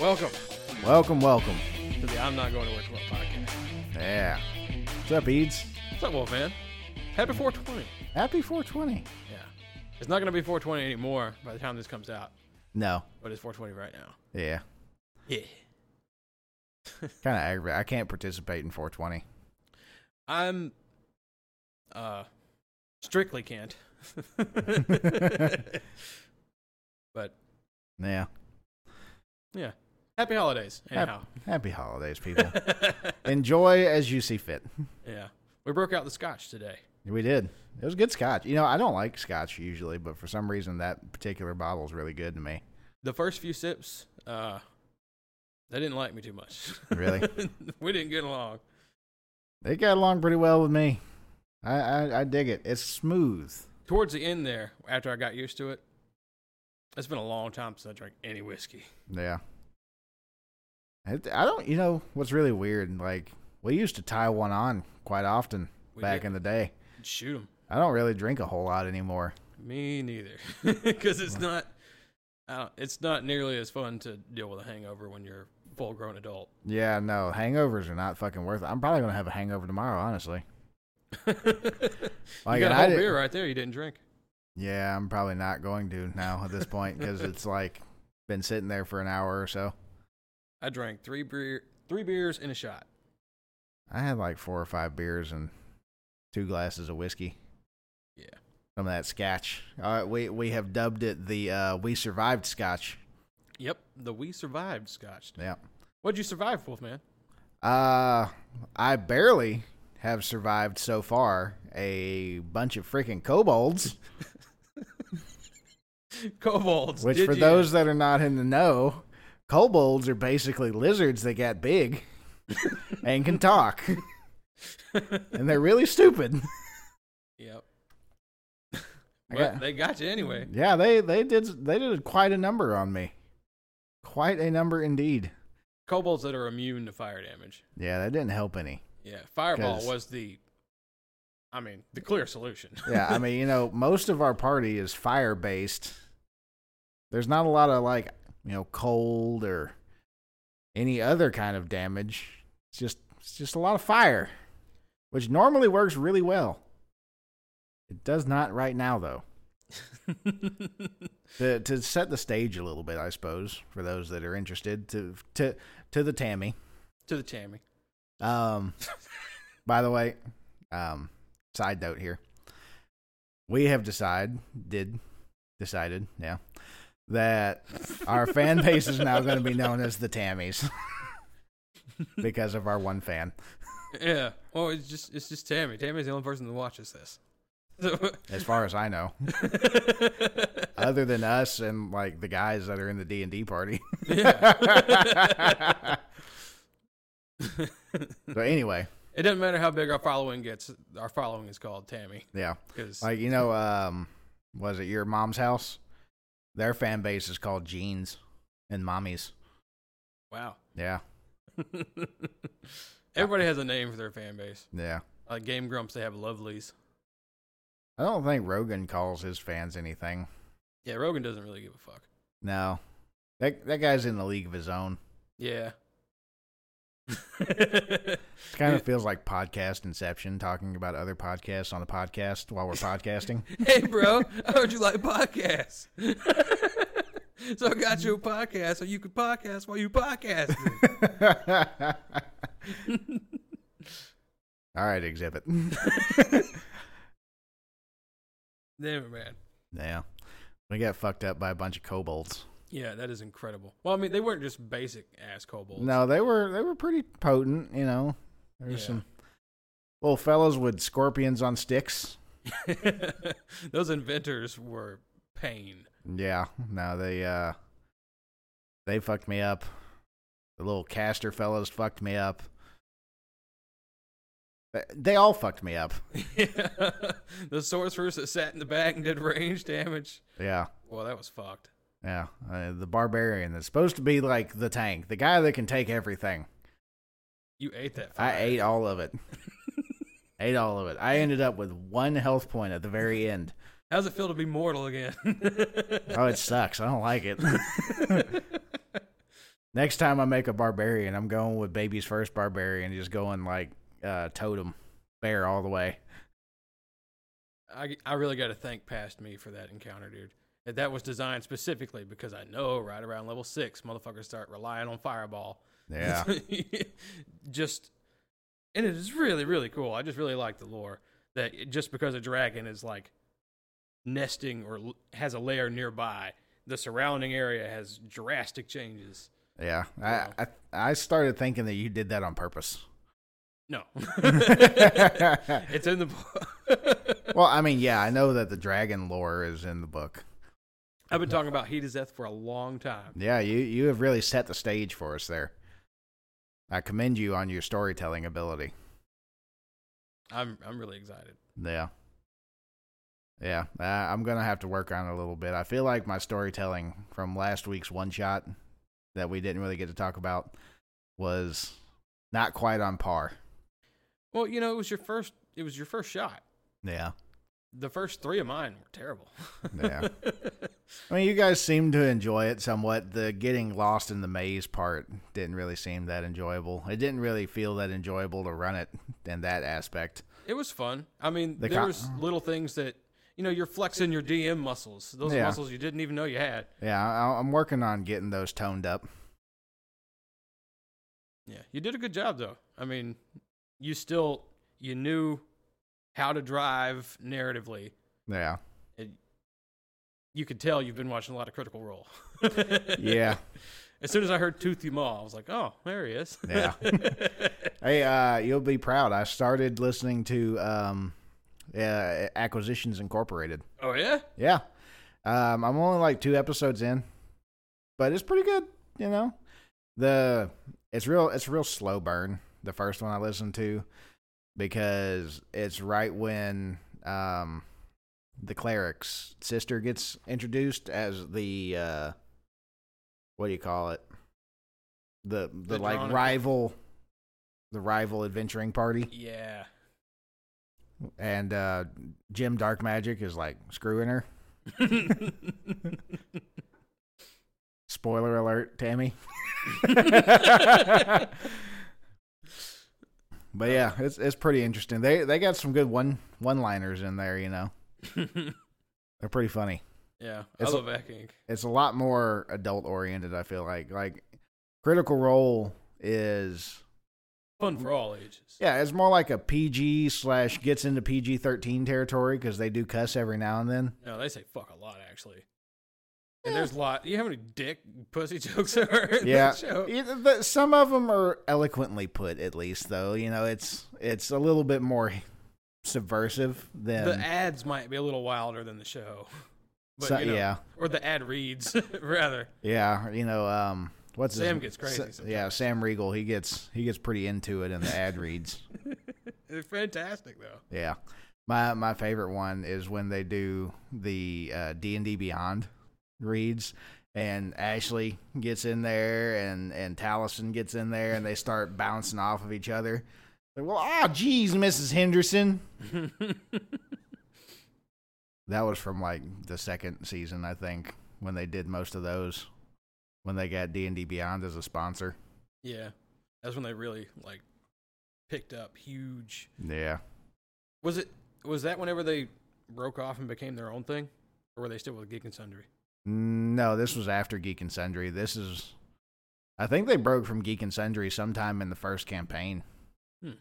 Welcome Welcome, welcome. to the I'm Not Going to Work Tomorrow podcast. Yeah. What's up, Eads? What's up, Wolf Man? Happy 420. Happy 420. Yeah. It's not going to be 420 anymore by the time this comes out, No. but it's 420 right now. Yeah. Yeah. Kind of aggravating. I can't participate in 420. I'm uh strictly can't. but Yeah. yeah. Happy holidays. Anyhow. Happy holidays, people. Enjoy as you see fit. yeah. We broke out the scotch today. We did. It was good scotch. You know, I don't like scotch usually, but for some reason that particular bottle is really good to me. The first few sips, uh they didn't like me too much. Really? we didn't get along. They got along pretty well with me. I, I, I dig it. It's smooth. towards the end there, after I got used to it, it's been a long time since I drank any whiskey. Yeah. It, I don't, you know, what's really weird, like, we used to tie one on quite often We back did. in the day. Shoot 'em. I don't really drink a whole lot anymore. Me neither, because it's not. I don't- It's not nearly as fun to deal with a hangover when you're a full grown adult. Yeah, no, hangovers are not fucking worth it. I'm probably going to have a hangover tomorrow, honestly. you Like, got and a I whole did- beer right there you didn't drink. Yeah, I'm probably not going to now at this point because it's like been sitting there for an hour or so. I drank three beer, three beers and a shot. I had like four or five beers and two glasses of whiskey. Yeah, Some of that scotch. All right, we, we have dubbed it the uh, We Survived Scotch. yep. The we survived scotch. Yeah. What'd you survive, Wolfman? Uh, I barely have survived so far a bunch of freaking kobolds, Kobolds. which did for ya? those that are not in the know, kobolds are basically lizards that got big and can talk. and they're really stupid. Yep. I But got- they got you anyway. Yeah, they they did they did quite a number on me. Quite a number indeed. Kobolds that are immune to fire damage. Yeah, that didn't help any. Yeah, fireball 'Cause- was the, I mean, the clear solution. Yeah, I mean, you know, most of our party is fire based. There's not a lot of like, you know, cold or any other kind of damage. It's just it's just a lot of fire, which normally works really well. It does not right now though. To to set the stage a little bit, I suppose, for those that are interested to to to the Tammy. to the Tammy. Um, by the way, um, side note here, we have decided, did, decided, yeah, that our fan base is now going to be known as the Tammies because of our one fan. Yeah. Well, it's just it's just Tammy. Tammy's the only person that watches this. So- As far as I know, other than us and like the guys that are in the D and D party. yeah. So anyway, it doesn't matter how big our following gets. Our following is called Tammy yeah, because like you know, um, was it your mom's house? Their fan base is called Jeans and Mommies. wow, Yeah, everybody has a name for their fan base. yeah. Like Game Grumps, they have lovelies. I don't think Rogan calls his fans anything. Yeah, Rogan doesn't really give a fuck. No. That that guy's in the league of his own. Yeah. It kind of feels like podcast inception, talking about other podcasts on the podcast while we're podcasting. hey, bro, I heard you like podcasts. so I got you a podcast so you could podcast while you podcast. All right, exhibit. Damn it, man. yeah. We got fucked up by a bunch of kobolds. Yeah, that is incredible. Well, I mean, they weren't just basic ass kobolds. No, they were they were pretty potent, you know. There were Yeah. some little fellows with scorpions on sticks. Those inventors were pain. Yeah, no, they uh they fucked me up. The little caster fellas fucked me up. They- They all fucked me up. the sorcerers that sat in the back and did range damage. Yeah, Well, that was fucked. yeah. Uh, the barbarian that's supposed to be like the tank, the guy that can take everything. You ate that. Fire. I ate all of it. ate all of it. I ended up with one health point at the very end. How's it feel to be mortal again? Oh, it sucks. I don't like it. Next time I make a barbarian, I'm going with baby's first barbarian, just going like uh, totem bear all the way. I, I really got to thank past me for that encounter, dude. That that was designed specifically because I know right around level six, motherfuckers start relying on fireball. Yeah, just, and it is really, really cool. I just really like the lore that it- just because a dragon is like nesting or l- has a lair nearby, the surrounding area has drastic changes. yeah. Wow. I, I I started thinking that you did that on purpose. No. well, it's in the book. I mean, yeah, I know that the dragon lore is in the book. I've been talking about Heat is Death for a long time. Yeah, you you have really set the stage for us there. I commend you on your storytelling ability. I'm I'm really excited. Yeah. Yeah, uh, I'm going to have to work on it a little bit. I feel like my storytelling from last week's one shot that we didn't really get to talk about was not quite on par. Well, you know, it was your first it was your first shot. Yeah. The first three of mine were terrible. Yeah. I mean, you guys seem to enjoy it somewhat. The getting lost in the maze part didn't really seem that enjoyable. It didn't really feel that enjoyable to run it in that aspect. it was fun. I mean, The there co- was little things that you know, you're flexing your DM muscles. Those Yeah. muscles you didn't even know you had. Yeah, I, I'm working on getting those toned up. Yeah. You did a good job though. I mean, you still you knew how to drive narratively. Yeah. You could tell you've been watching a lot of Critical Role. Yeah. As soon as I heard Toothy Maw, I was like, "Oh, there he is." Yeah. Hey, uh, you'll be proud. I started listening to um, uh, Acquisitions Incorporated. oh yeah. Yeah, um, I'm only like two episodes in, but it's pretty good. You know, the it's real it's a real slow burn. The first one I listened to because it's right when um, the cleric's sister gets introduced as the uh, what do you call it? The the, The like Dronicle. rival, the rival adventuring party. Yeah. and uh, Jim Dark Magic is like screwing her. Spoiler alert, Tammy. but yeah, it's it's pretty interesting. They they got some good one one liners in there. You know, they're pretty funny. yeah. I It's- love back ink. It's a lot more adult oriented. I feel like like Critical Role is Fun for all ages. yeah, it's more like a PG slash gets into PG thirteen territory because they do cuss every now and then. No, they say fuck a lot actually. And there's a lot. You know how many dick pussy jokes there are in yeah. that show? Either the- some of them are eloquently put, at least though. You know, it's it's a little bit more subversive than The ads might be a little wilder than the show. But, so- you know, yeah, Or the ad reads rather. yeah. You know, um, what's his- Sam gets crazy Sa- yeah, Sam Regal. He gets he gets pretty into it in the ad reads. They're fantastic though. Yeah, my my favorite one is when they do the uh, D and D Beyond reads. And Ashley gets in there, and and Taliesin gets in there, and they start bouncing off of each other. Like, well, ah, geez, Mrs. Henderson, That was from like the second season, I think, when they did most of those. When they got D and D Beyond as a sponsor. yeah. That's when they really like picked up huge. Yeah. Was it was that whenever they broke off and became their own thing? Or were they still with Geek and Sundry? No, this was after Geek and Sundry. This is, I think they broke from Geek and Sundry sometime in the first campaign. Hmm.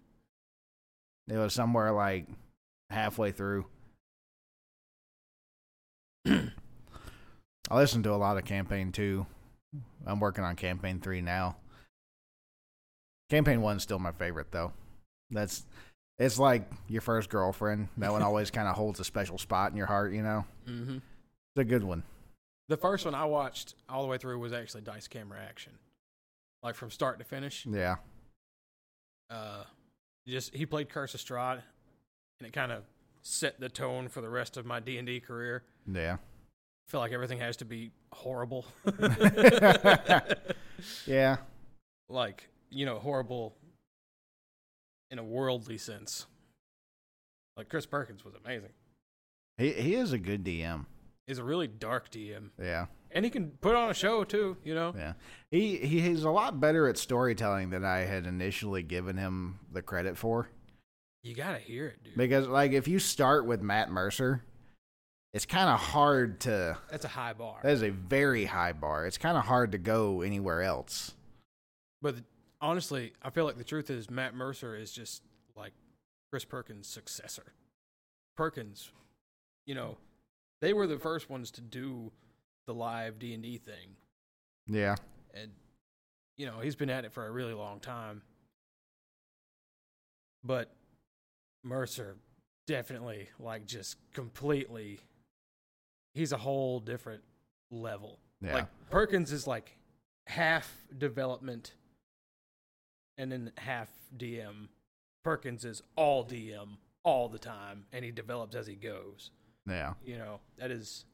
It was somewhere like halfway through. I listened to a lot of campaign two. I'm working on campaign three now. Campaign one's still my favorite though. That's it's like your first girlfriend. That one always kind of holds a special spot in your heart. You know, Mm-hmm. it's a good one. The first one I watched all the way through was actually dice camera action, like from start to finish. Yeah. Uh, just he played Curse of Strahd, and it kind of set the tone for the rest of my D and D career. Yeah. feel like everything has to be horrible, Yeah. like you know, horrible in a worldly sense. Like Chris Perkins was amazing. He he is a good DM. He's a really dark DM. Yeah. and he can put on a show too. You know, Yeah. He he he's a lot better at storytelling than I had initially given him the credit for. you gotta hear it, dude. Because like if you start with Matt Mercer, it's kind of hard to That's a high bar. that is a very high bar. It's kind of hard to go anywhere else. But th- honestly, I feel like the truth is Matt Mercer is just like Chris Perkins' successor. Perkins, you know, they were the first ones to do the live D and D thing, Yeah. and you know he's been at it for a really long time. But Mercer definitely like just completely he's a whole different level. Yeah. Like Perkins is like half development and then half DM. Perkins is all DM all the time and he develops as he goes. yeah. You know, that is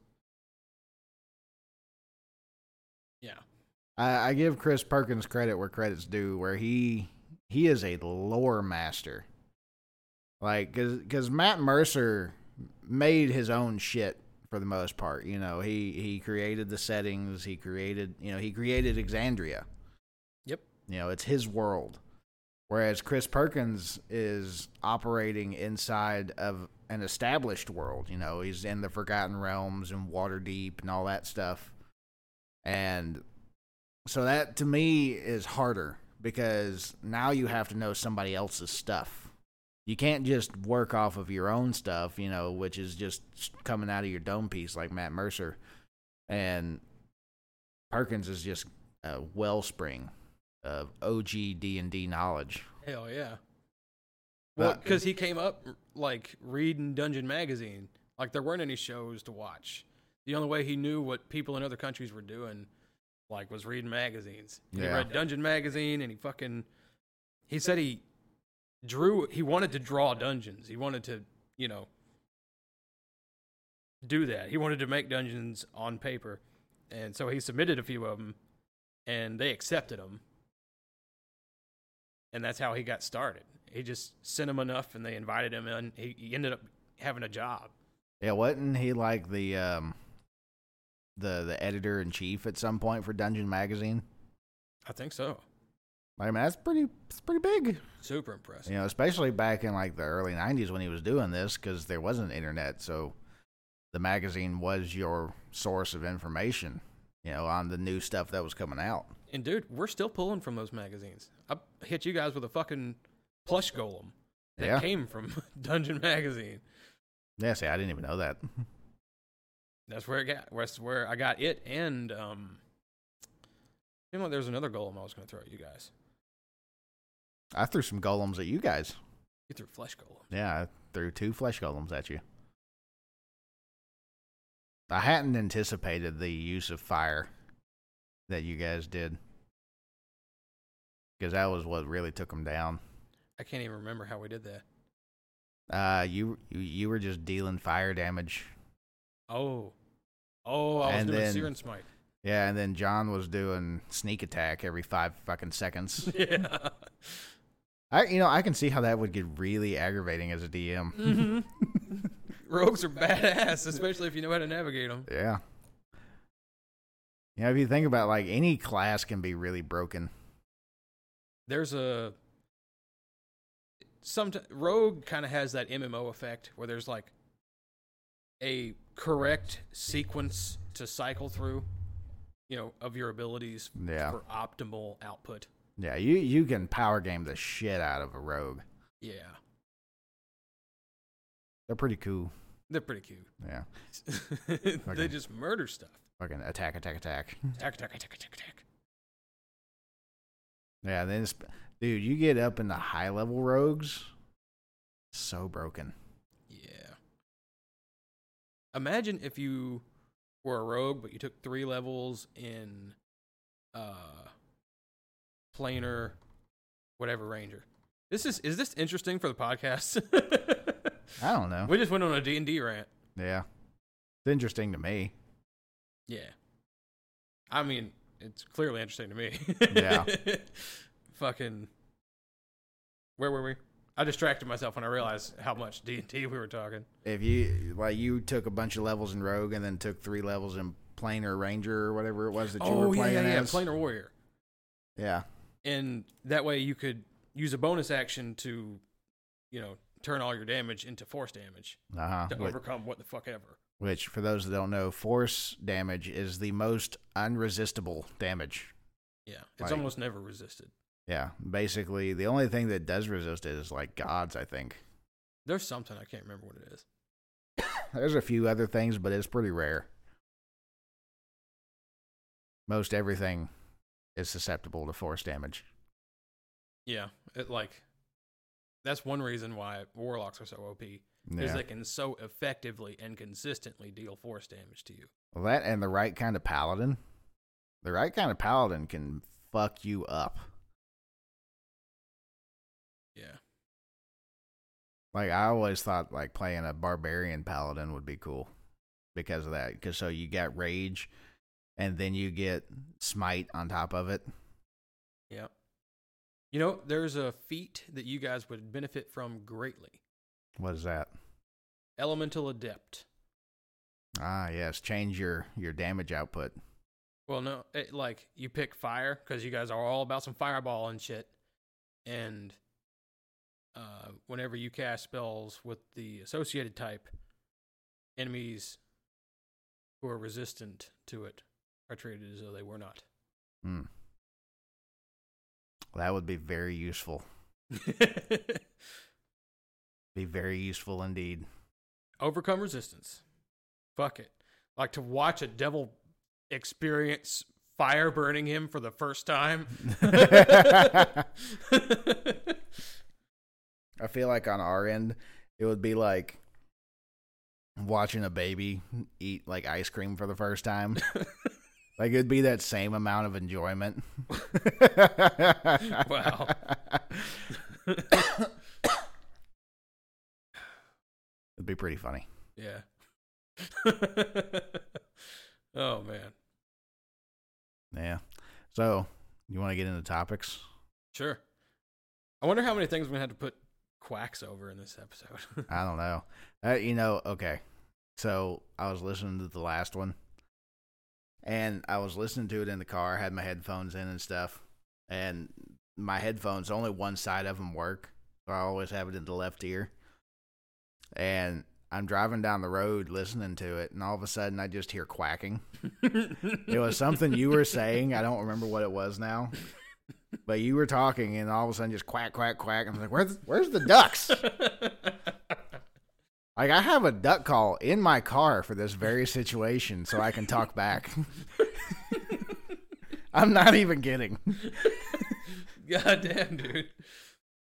Yeah. I, I give Chris Perkins credit where credit's due, where he he is a lore master. Like, cause, 'cause Matt Mercer made his own shit for the most part. You know, he he created the settings. He created, you know, he created Exandria. Yep. You know, it's his world. Whereas Chris Perkins is operating inside of an established world. You know, he's in the Forgotten Realms and Waterdeep and all that stuff. And so that to me is harder because now you have to know somebody else's stuff. You can't just work off of your own stuff, you know, which is just coming out of your dome piece like Matt Mercer. And Perkins is just a wellspring of OG D&D knowledge. Hell yeah. Well, But- because he came up like reading Dungeon Magazine. Like there weren't any shows to watch. The only way he knew what people in other countries were doing, like, was reading magazines. And He Yeah. read Dungeon Magazine, and he fucking. He said he drew. He wanted to draw dungeons. He wanted to, you know, do that. He wanted to make dungeons on paper, and so he submitted a few of them, and they accepted him and that's how he got started. He just sent him enough, and they invited him in. He, he ended up having a job. Yeah, wasn't he like the um the the editor in chief at some point for Dungeon Magazine? I think so. Like, man, that's pretty it's pretty big. Super impressive. you know especially back in like the early 90s when he was doing this because there wasn't internet so the magazine was your source of information you know on the new stuff that was coming out And dude, we're still pulling from those magazines. I hit you guys with a fucking plush golem that yeah came from Dungeon Magazine. yeah see i didn't even know that That's where it got. That's where I got it. And um, you know, there's another golem I was going to throw at you guys. i threw some golems at you guys You threw flesh golem. yeah i threw two flesh golems at you i hadn't anticipated the use of fire that you guys did because that was what really took them down I can't even remember how we did that. uh you you, you were just dealing fire damage Oh, oh, I was And doing then- Searing Smite. Yeah, and then John was doing sneak attack every five fucking seconds. yeah. I, you know, I can see how that would get really aggravating as a DM. hmm Rogues are badass, especially if you know how to navigate them. Yeah. You know, if you think about like any class can be really broken. There's a some rogue kind of has that MMO effect where there's like a correct sequence to cycle through, you know, of your abilities Yeah. for optimal output. Yeah, you you can power game the shit out of a rogue. Yeah, They're pretty cool. they're pretty cute. Yeah. they just murder stuff. Fucking attack, attack, attack. Attack, attack, attack, attack, attack. Yeah, then it's, dude, you get up in the high level rogues. So broken. Yeah. Imagine if you were a rogue, but you took three levels in uh planar whatever ranger. This is is this interesting for the podcast? I don't know. we just went on a D&D rant. Yeah. It's interesting to me. Yeah. I mean, it's clearly interesting to me. Yeah. Fucking Where were we? I distracted myself when I realized how much D&D we were talking. if you like you took a bunch of levels in rogue and then took three levels in planar ranger or whatever it was that you oh were yeah, playing yeah, yeah, as. planar warrior, yeah. and that way you could use a bonus action to, you know, turn all your damage into force damage Uh-huh. to Wh- Which, overcome what the fuck ever. for those that don't know, force damage is the most unresistible damage. Yeah, it's Like- almost never resisted. Yeah. Basically, the only thing that does resist it is like gods, I think. There's something I can't remember what it is. There's a few other things, but it's pretty rare. Most everything is susceptible to force damage. Yeah, it like that's one reason why warlocks are so OP is Yeah. they can so effectively and consistently deal force damage to you. Well, that and the right kind of paladin. The right kind of paladin can fuck you up. Yeah, Like I always thought, like playing a barbarian paladin would be cool because of that. Because so you got rage, and then you get smite on top of it. yeah. You know, there's a feat that you guys would benefit from greatly. What is that? Elemental adept. Ah, yes, change your your damage output. Well, no, it, like you pick fire because you guys are all about some fireball and shit. And uh, whenever you cast spells with the associated type, enemies who are resistant to it are treated as though they were not. Hmm. That would be very useful. Be very useful indeed. Overcome resistance. Fuck it. Like to watch a devil experience fire burning him for the first time. I feel like on our end, it would be like watching a baby eat like ice cream for the first time. like it'd be that same amount of enjoyment. Wow. It'd be pretty funny. Yeah. oh man. Yeah. So, you want to get into topics? Sure. I wonder how many things we're gonna have to put quacks over in this episode. I don't know. Uh, you know, okay. So I was listening to the last one, and I was listening to it in the car. Had my headphones in and stuff, and my headphones only one side of them work, so I always have it in the left ear. And I'm driving down the road listening to it, and all of a sudden I just hear quacking. It was something you were saying. I don't remember what it was now. But you were talking, and all of a sudden, just quack, quack, quack. I'm like, "Where's, where's the ducks?" Like I have a duck call in my car for this very situation, so I can talk back. I'm not even kidding. God damn, dude.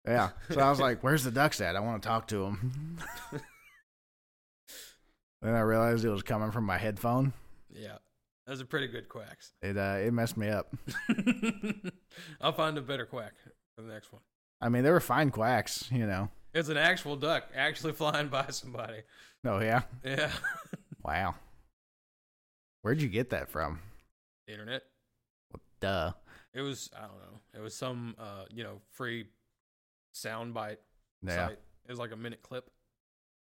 Yeah. So I was like, "Where's the ducks at? I want to talk to them." then I realized it was coming from my headphone. Yeah. Those are pretty good quacks. It uh, it messed me up. I'll find a better quack for the next one. I mean, they were fine quacks, you know. It's an actual duck actually flying by somebody. Oh yeah. Yeah. Wow. Where'd you get that from? Internet. Duh. It was I don't know. It was some uh, you know, free soundbite Yeah, site. It was like a minute clip.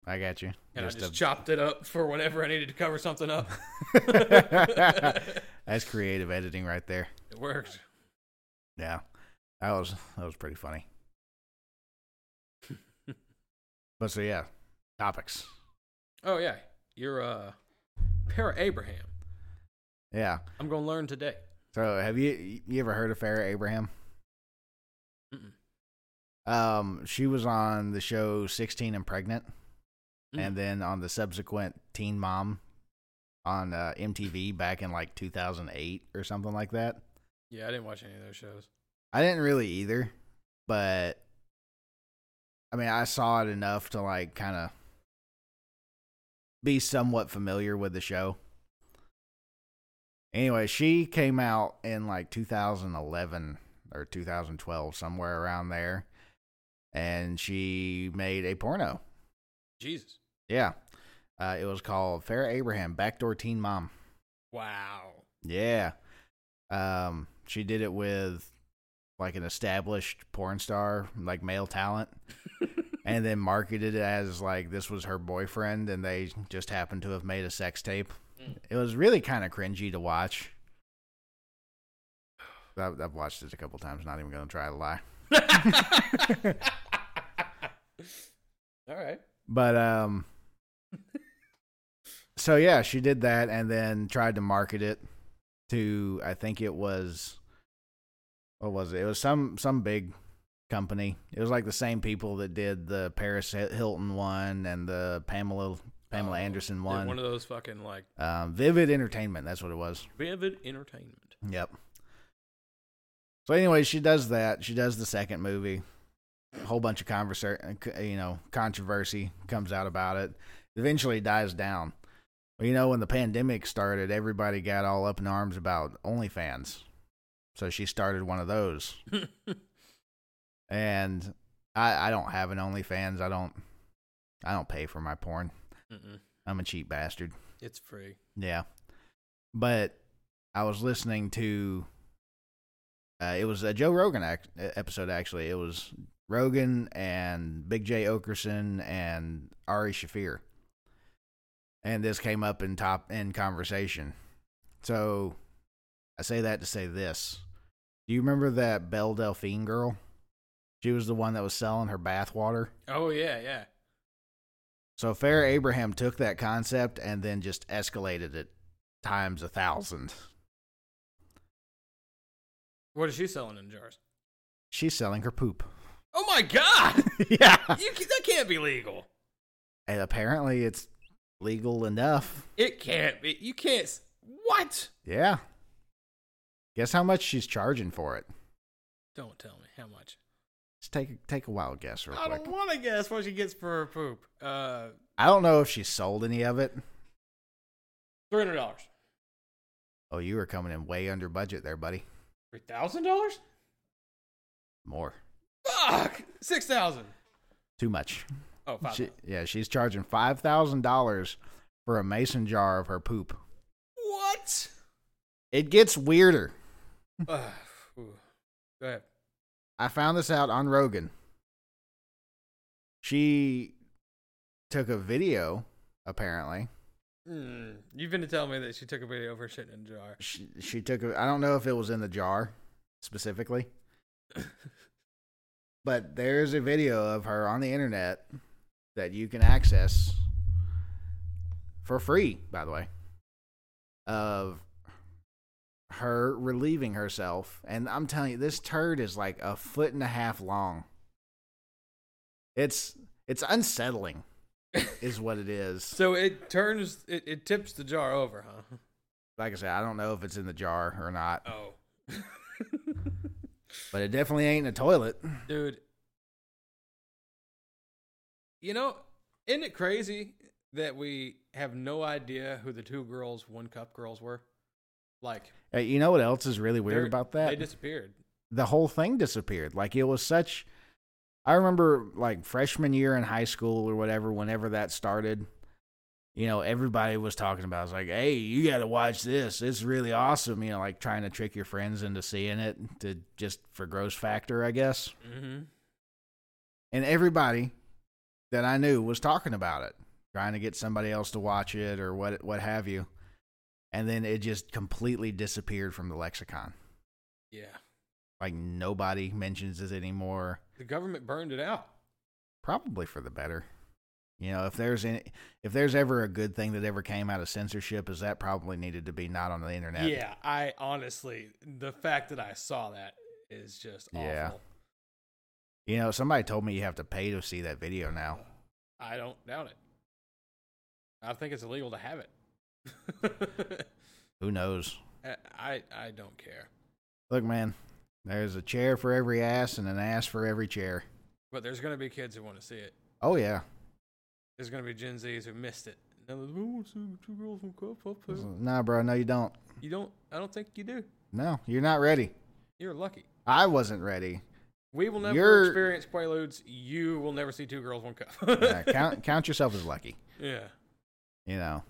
I got you. And I Just just chopped it up for whenever I needed to cover something up. a- it That's creative editing right there. worked. Yeah. That was that was pretty funny. but so yeah, topics. Oh yeah. You're uh Para Abraham. Yeah. I'm gonna learn today. So have you you ever heard of Farrah Abraham? Mm-mm. Um, she was on the show 16 and Pregnant, Mm. and then on the subsequent Teen Mom on uh, MTV back in like 2008 or something like that. Yeah, I didn't watch any of those shows. I didn't really either, but I mean, I saw it enough to like kind of be somewhat familiar with the show. Anyway, she came out in like 2011 or 2012, somewhere around there, and she made a porno. Jesus. Yeah. Uh, it was called Fair Abraham Backdoor Teen Mom. Wow. Yeah. Um, she did it with like an established porn star, like male talent, and then marketed it as like this was her boyfriend, and they just happened to have made a sex tape. It was really kind of cringy to watch. I've, I've watched it a couple times. Not even going to try to lie. All right. But um So yeah, she did that and then tried to market it to I think it was what was it? It was some some big company. It was like the same people that did the Paris Hilton one and the Pamela Pamela Oh, Anderson did one. One of those fucking like um, Vivid Entertainment, that's what it was. vivid entertainment. Yep. So anyway, she does that. She does the second movie. A whole bunch of conversa- uh, you know, controversy comes out about it. Eventually dies down. Well, you know, when the pandemic started, everybody got all up in arms about OnlyFans. So she started one of those. And I I don't have an OnlyFans. I don't I don't pay for my porn. Mm-mm. I'm a cheap bastard. It's free. Yeah. But I was listening to uh, it was a Joe Rogan ac- e-, episode actually. It was Rogan and Big J Okerson and Ari Shafir. And this came up in top in conversation. So I say that to say this. Do you remember that Belle Delphine girl? She was the one that was selling her bath water. Oh yeah, yeah. So Farrah Abraham took that concept and then just escalated it times a thousand. What is she selling in jars? She's selling her poop. Oh my god! yeah. you, ca- that can't be legal. And apparently it's legal enough. It can't be. You can't. s- What? Yeah. Guess how much she's charging for it? Don't tell me how much. Let's take take a wild guess real I quick. don't want to guess what she gets for her poop. Uh, I don't know if she sold any of it. three hundred dollars. Oh, you were coming in way under budget there, buddy. Three thousand dollars? More. Fuck! Six thousand. Too much. Oh, five. She, yeah, she's charging five thousand dollars for a mason jar of her poop. What? It gets weirder. uh, ooh. Go ahead. I found this out on Rogan. She took a video, apparently. Mm, you've been to tell me that she took a video of her shit in a jar. She, she took a, I don't know if it was in the jar specifically, but there's a video of her on the internet that you can access for free, by the way, of her relieving herself. And I'm telling you, this turd is like a foot and a half long. It's it's unsettling, is what it is. So it turns, it, it tips the jar over, huh? Like I said, I don't know if it's in the jar or not, Oh, Oh. but it definitely ain't in the toilet. dude. You know, isn't it crazy that we have no idea who the two girls, one cup girls were? Like Hey, Uh, you know what else is really weird they're- about that? They disappeared. the whole thing disappeared. Like it was such. I remember like freshman year in high school or whatever, whenever that started. You know, everybody was talking about. It. It's like, hey, you got to watch this. It's really awesome. You know, like trying to trick your friends into seeing it to just for gross factor, I guess. Mm-hmm. And everybody that I knew was talking about it, trying to get somebody else to watch it or what what have you. And then it just completely disappeared from the lexicon. Yeah, Like nobody mentions it anymore. the government burned it out. probably for the better. You know, if there's any, if there's ever a good thing that ever came out of censorship, is that probably needed to be not on the internet. Yeah, I honestly, the fact that I saw that is just awful. Yeah. You know, somebody told me you have to pay to see that video now. I don't doubt it. I think it's illegal to have it. Who knows? I, I I don't care. Look, man, there's a chair for every ass and an ass for every chair. But there's gonna be kids who want to see it. Oh yeah, There's gonna be Gen Zs who missed it. And they're like, "Oh, it's two- two girls from Cup up there." nah, bro, no, you don't. You don't. I don't think you do. No, you're not ready. You're lucky. I wasn't ready. We will never You're- experience Quaaludes. You will never see two girls, one cup. Yeah, Uh, count count yourself as lucky. yeah. You know,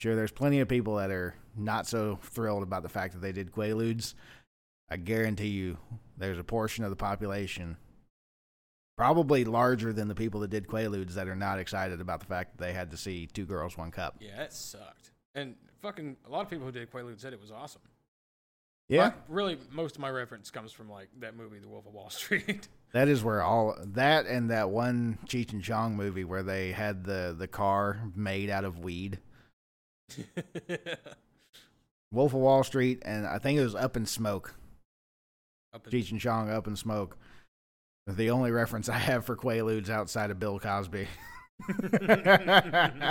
sure, there's plenty of people that are not so thrilled about the fact that they did Quaaludes. I guarantee you, there's a portion of the population, probably larger than the people that did Quaaludes, that are not excited about the fact that they had to see two girls, one cup. Yeah, that sucked. And fucking a lot of people who did Quaalude said it was awesome. Yeah, My- really, most of my reference comes from like that movie, The Wolf of Wall Street. that is where all that and that one Cheech and Chong movie where they had the the car made out of weed. Wolf of Wall Street, and I think it was Up in Smoke. Up in- Cheech and Chong, Up in Smoke. The only reference I have for Quaaludes outside of Bill Cosby. kind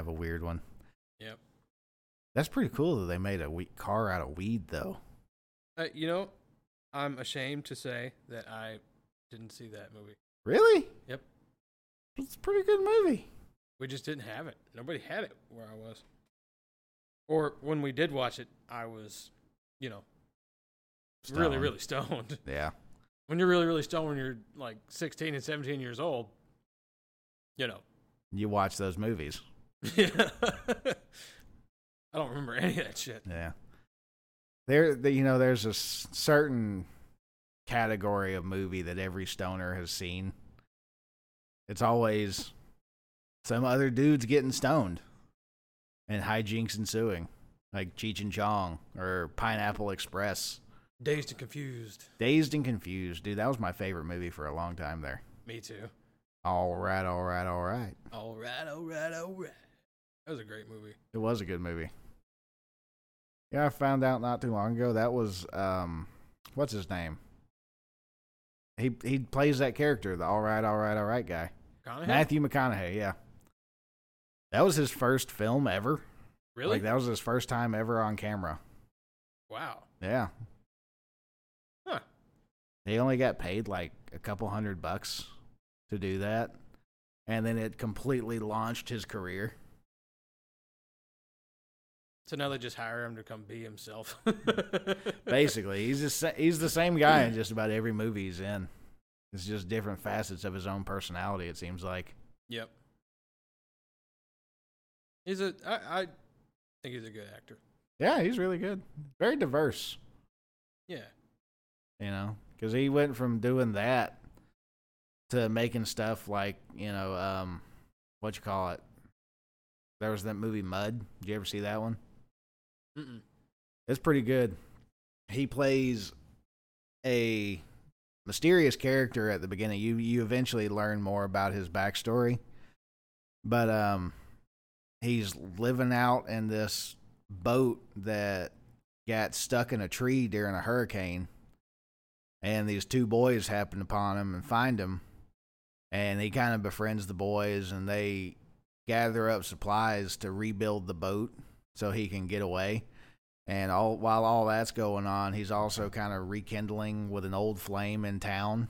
of a weird one. Yep. That's pretty cool that they made a we- car out of weed, though. Uh, you know, I'm ashamed to say that I didn't see that movie. Really? Yep. It's a pretty good movie. We just didn't have it. Nobody had it where I was. Or when we did watch it, I was, you know, really, Stoned. really stoned. Yeah. When you're really, really stoned when you're like 16 and 17 years old, you know. You watch those movies. I don't remember any of that shit. Yeah. There, the, you know, there's a s- certain category of movie that every stoner has seen. It's always some other dudes getting stoned and hijinks ensuing, like Cheech and Chong or Pineapple Express. Dazed and confused. Dazed and Confused, dude, that was my favorite movie for a long time there. Me too. All right, all right, all right. All right, all right, all right. That was a great movie. It was a good movie. Yeah, I found out not too long ago that was um what's his name? He he plays that character, the all right, all right, all right guy. Conahan? Matthew McConaughey, yeah. That was his first film ever. really? Like that was his first time ever on camera. Wow. Yeah. Huh. They only got paid like a couple hundred bucks to do that. And then it completely launched his career. So now they just hire him to come be himself. Basically, he's just sa- he's the same guy in just about every movie he's in. It's just different facets of his own personality. It seems like. Yep. He's a. I, I think he's a good actor. Yeah, he's really good. Very diverse, Yeah. you know, because he went from doing that to making stuff like you know, um, what you call it. There was that movie Mud. Did you ever see that one? Mm-mm. It's pretty good. He plays a mysterious character at the beginning. You you eventually learn more about his backstory. But um he's living out in this boat that got stuck in a tree during a hurricane. And these two boys happen upon him and find him. And he kind of befriends the boys and they gather up supplies to rebuild the boat so he can get away. And all while all that's going on, he's also kind of rekindling with an old flame in town.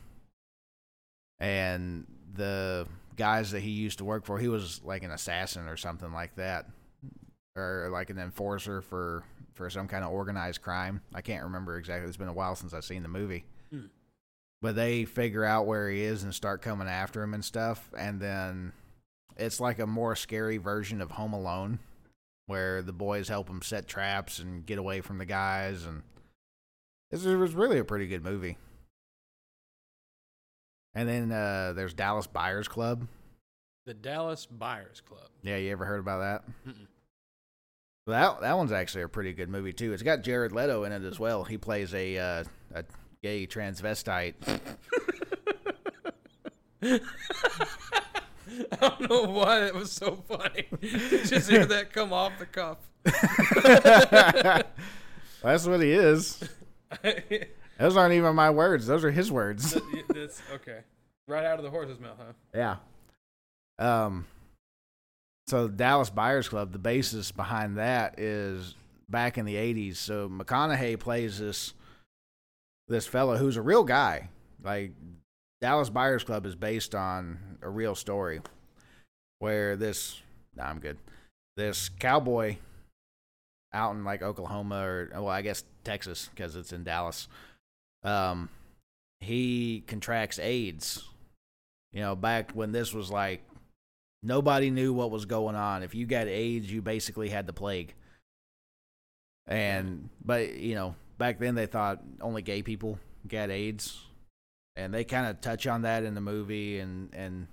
And the guys that he used to work for, he was like an assassin or something like that, or like an enforcer for for some kind of organized crime. I can't remember exactly. It's been a while since I've seen the movie. Hmm. But they figure out where he is and start coming after him and stuff. And then it's like a more scary version of Home Alone where the boys help him set traps and get away from the guys and this is- was really a pretty good movie and then uh, there's dallas buyers club The Dallas Buyers Club. yeah you ever heard about that Mm-mm. that that one's actually a pretty good movie too it's got jared leto in it as well he plays a uh, a gay transvestite I don't know why that was so funny. to just hear that come off the cuff. that's what he is those aren't even my words those are his words That's okay. Right out of the horse's mouth, huh? Yeah. Um. So Dallas Buyers Club, the basis behind that is back in the '80s. So McConaughey plays this this fellow who's a real guy. Like Dallas Buyers Club is based on a real story where this. Nah, I'm good. This cowboy out in like Oklahoma or well, I guess Texas because it's in Dallas. Um, he contracts AIDS you know, back when this was like nobody knew what was going on. If you got AIDS, you basically had the plague. And but you know, back then they thought only gay people got AIDS. And they kind of touch on that in the movie and and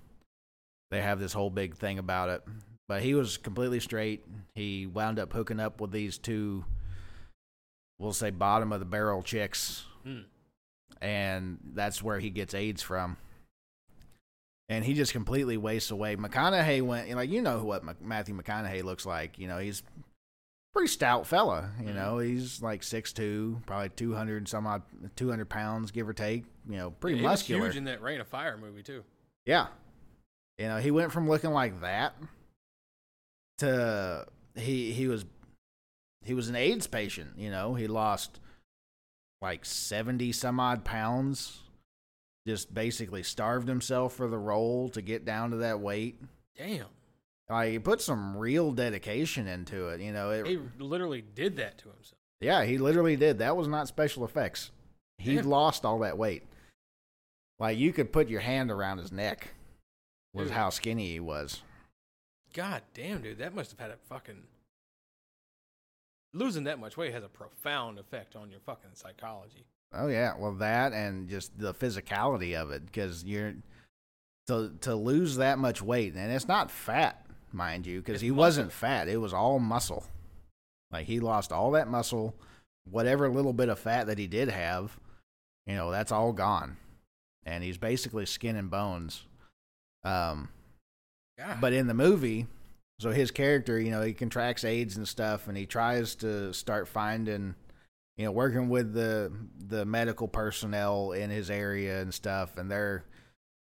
they have this whole big thing about it. But he was completely straight. He wound up hooking up with these two, we'll say, bottom of the barrel chicks, Hmm. and that's where he gets AIDS from. And he just completely wastes away. McConaughey went like you know what Mc- Matthew McConaughey looks like. You know he's pretty stout fella. You know he's like six two, probably two hundred and some odd, two hundred pounds give or take. You know pretty He was muscular. huge in that Rain of Fire movie too. Yeah. You know, he went from looking like that to he he was he was an AIDS patient, you know. He lost like 70 some odd pounds. Just basically starved himself for the role to get down to that weight. Damn, Like he put some real dedication into it, you know. It, he literally did that to himself. yeah, he literally did. That was not special effects. He Damn. lost all that weight. Like you could put your hand around his neck was Dude. how skinny he was. God damn, dude, that must have had a fucking losing that much weight has a profound effect on your fucking psychology. Oh yeah, well that and just the physicality of it because you're to to lose that much weight and it's not fat, mind you, because It's he muscle. wasn't fat. It was all muscle. Like he lost all that muscle, whatever little bit of fat that he did have, you know, that's all gone, and he's basically skin and bones. Um, God, but in the movie, so his character, you know, he contracts AIDS and stuff, and he tries to start finding, you know, working with the the medical personnel in his area and stuff, and they're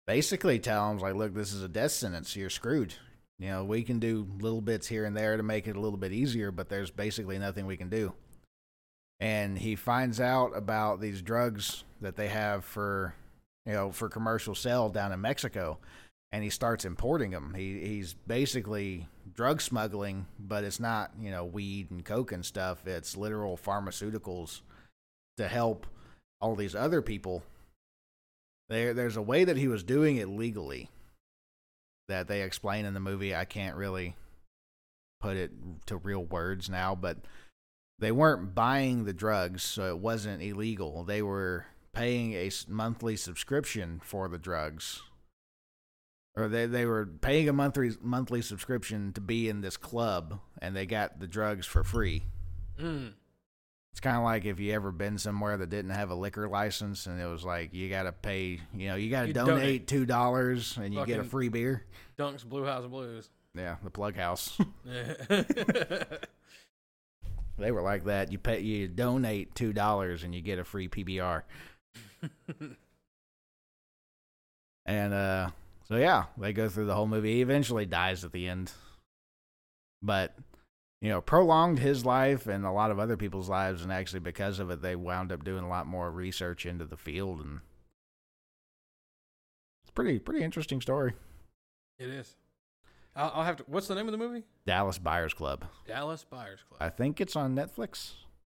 basically telling him like, look, this is a death sentence. You're screwed. You know, we can do little bits here and there to make it a little bit easier, but there's basically nothing we can do. And he finds out about these drugs that they have for, you know, for commercial sale down in Mexico and he starts importing them. He he's basically drug smuggling, but it's not you know weed and coke and stuff. It's literal pharmaceuticals to help all these other people. There there's a way that he was doing it legally that they explain in the movie. I can't really put it to real words now, but they weren't buying the drugs, so it wasn't illegal. They were paying a s- monthly subscription for the drugs or they, they were paying a monthly monthly subscription to be in this club and they got the drugs for free. Mm. It's kind of like if you ever been somewhere that didn't have a liquor license and it was like you got to pay, you know, you got to You donate $2 and you get a Fucking- free beer. Dunks Blue House Blues. Yeah, the plug house. Damn, they were like that. You pay you donate $2 and you get a free PBR. And uh so yeah, they go through the whole movie. He eventually dies at the end. But you know, prolonged his life and a lot of other people's lives and actually because of it they wound up doing a lot more research into the field and it's pretty pretty interesting story. it is. I'll, I'll have to. What's the name of the movie? Dallas Buyers Club. Dallas Buyers Club. I think it's on Netflix.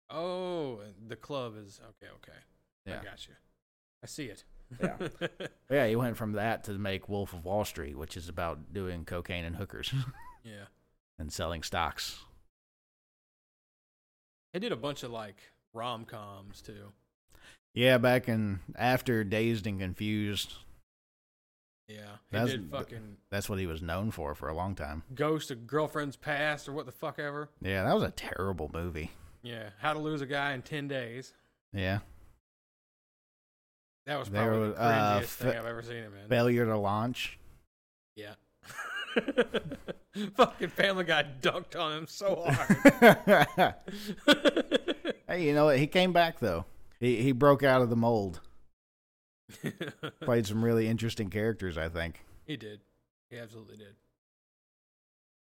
Oh, the club is okay. Okay, Yeah. I got you. I see it. Yeah. Yeah, he went from that to make Wolf of Wall Street, which is about doing cocaine and hookers yeah. and selling stocks. They did a bunch of like rom coms too. Yeah, back in after Dazed and Confused, Yeah, he That's- did fucking that's what he was known for for a long time. Ghost of Girlfriend's Past or what the fuck ever. Yeah, that was a terrible movie. Yeah, How to Lose a Guy in Ten Days. Yeah. That was There probably was, the uh, cringiest fa- thing I've ever seen him in. Failure to launch. yeah. fucking Family Guy dunked on him so hard. hey, you know what? He came back though. He he broke out of the mold. Played some really interesting characters, I think. he did. He absolutely did.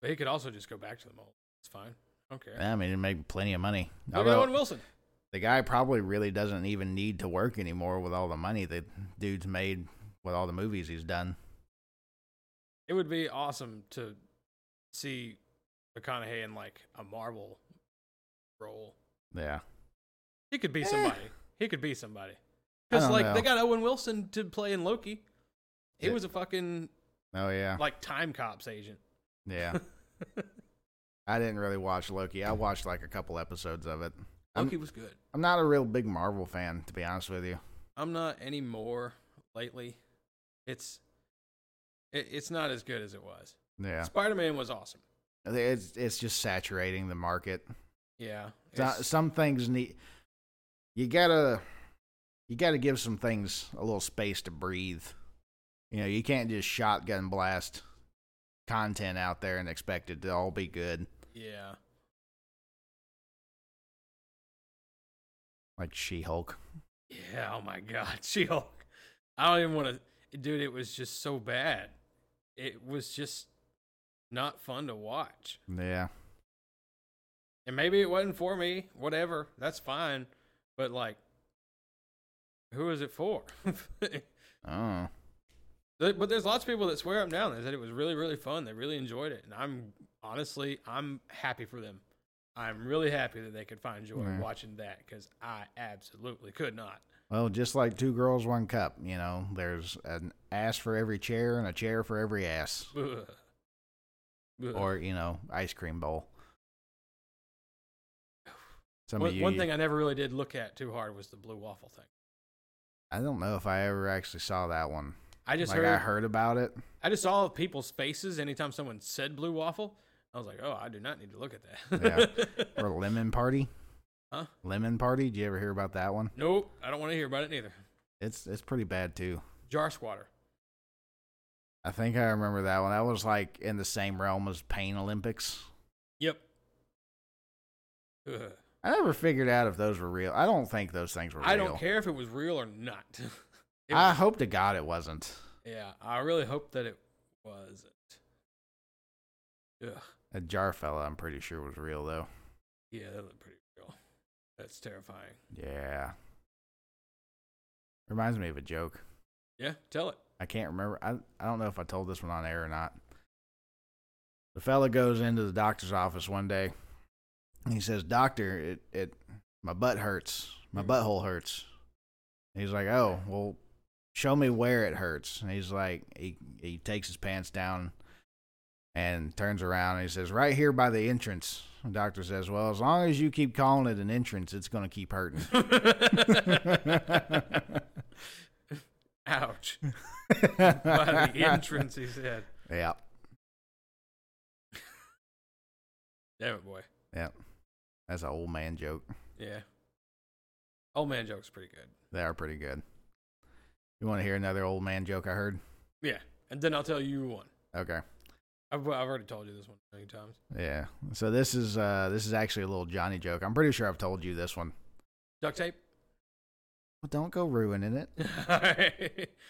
But he could also just go back to the mold. It's fine. I don't care. I mean, he made plenty of money. Look at Owen Although Wilson. the guy probably really doesn't even need to work anymore with all the money that dude's made with all the movies he's done. It would be awesome to see McConaughey in like a Marvel role. Yeah. He could be Eh. somebody. He could be somebody. I Because don't like know. they got Owen Wilson to play in Loki. He Yeah. was a fucking Oh yeah. like time cops agent. Yeah. I didn't really watch Loki. I watched like a couple episodes of it. I'm- Loki was good. I'm not a real big Marvel fan, to be honest with you. I'm not anymore lately. It's it, it's not as good as it was. Yeah. Spider Man was awesome. It's it's just saturating the market. Yeah. So- it's- some things need you gotta you gotta give some things a little space to breathe. You know, you can't just shotgun blast content out there and expect it to all be good. yeah. Like She Hulk. Yeah. Oh my God, She Hulk. I don't even want to, dude. It was just so bad. It was just not fun to watch. Yeah. And maybe it wasn't for me. Whatever. That's fine. But like, who is it for? Oh. There- But there's lots of people that swear up and down. They said it was really, really fun. They really enjoyed it, and I'm honestly, I'm happy for them. I'm really happy that they could find joy Yeah. watching that because I absolutely could not. Well, just like two girls, one cup, you know, there's an ass for every chair and a chair for every ass. Ugh. Ugh. Or, you know, ice cream bowl. Some one, of you, one thing I never really did look at too hard was the blue waffle thing. I don't know if I ever actually saw that one. I just like heard, I I heard about it. just saw people's faces anytime someone said blue waffle. I was like, oh, I do not need to look at that. Or Lemon Party. Huh? Lemon Party. Did you ever hear about that one? nope, I don't want to hear about it neither. It's it's pretty bad too. Jar squatter. I think I remember that one. That was like in the same realm as Pain Olympics. Yep. Ugh. I never figured out if those were real. I don't think those things were real. Ah. I don't care if it was real or not. It I was- hope to God it wasn't. yeah, I really hope that it wasn't. Ugh, A jar fella, I'm pretty sure was real though. yeah, that looked pretty real. That's terrifying. Yeah. Reminds me of a joke. Yeah, tell it. I can't remember. I, I don't know if I told this one on air or not. The fella goes into the doctor's office one day and he says, Doctor, it, it my butt hurts. Hmm. My butthole hurts. And he's like, Oh, well, show me where it hurts. And he's like, he, he takes his pants down and turns around and he says, Right here by the entrance. The doctor says, Well, as long as you keep calling it an entrance, it's going to keep hurting. Ouch. By the entrance, he said. Yeah. Damn it, boy. That's an old man joke. Yeah. Old man joke's pretty good. They are pretty good. You want to hear another old man joke I heard? Yeah, and then I'll tell you one. Okay. I've, I've already told you this one a million times. Yeah. So this is uh this is actually a little Johnny joke. I'm pretty sure I've told you this one. Duct tape. Well, don't go ruining it.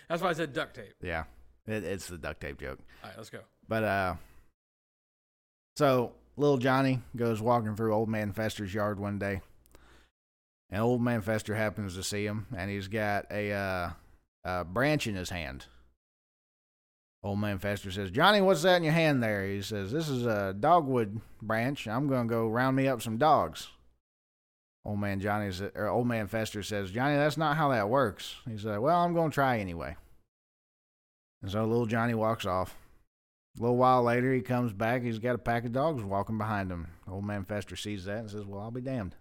That's why I said duct tape. Yeah. It, it's the duct tape joke. All right, let's go. But uh so little Johnny goes walking through old man Fester's yard one day. And old man Fester happens to see him and he's got a uh a branch in his hand. Old man Fester says, "Johnny, what's that in your hand there?" He says, "This is a dogwood branch. I'm going to go round me up some dogs." Old man Johnny sa- or old man Fester says, "Johnny, that's not how that works." He said, "Well, I'm going to try anyway." And so little Johnny walks off. A little while later, he comes back. He's got a pack of dogs walking behind him. Old man Fester sees that and says, Well, I'll be damned.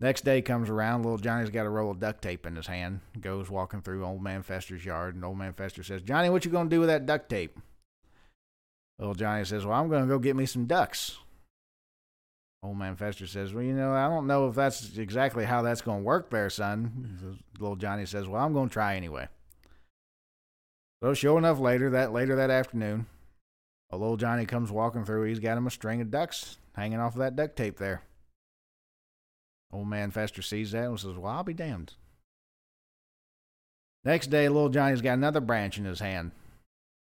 Next day comes around. Little Johnny's got a roll of duct tape in his hand. Goes walking through Old Man Fester's yard, and Old Man Fester says, Johnny, what you going to do with that duct tape? Little Johnny says, Well, I'm going to go get me some ducks. Old Man Fester says, Well, you know, I don't know if that's exactly how that's going to work there, son. Little Johnny says, Well, I'm going to try anyway. So sure enough, later that later that afternoon, a little Johnny comes walking through. He's got him a string of ducks hanging off of that duct tape there. Old man Fester sees that and says, "Well, I'll be damned." Next day, little Johnny's got another branch in his hand,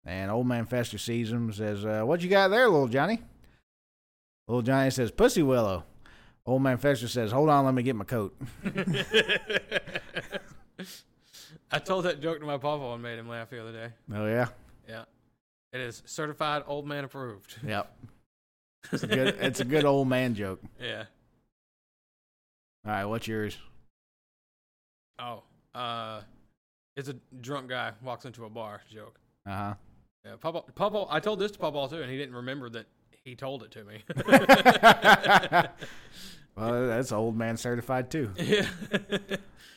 and old man Fester sees him and says, uh, "What you got there, little Johnny?" Little Johnny says, "Pussy willow." Old man Fester says, "Hold on, let me get my coat." I told that joke to my papa and made him laugh the other day. Oh yeah, Yeah. It is certified old man approved. yep. It's a good, it's a good old man joke. Yeah. All right, what's yours? Oh. Uh it's a drunk guy walks into a bar joke. Uh huh. Yeah, Papa Papa I told this to Papa too and he didn't remember that he told it to me. Well, that's old man certified too. yeah.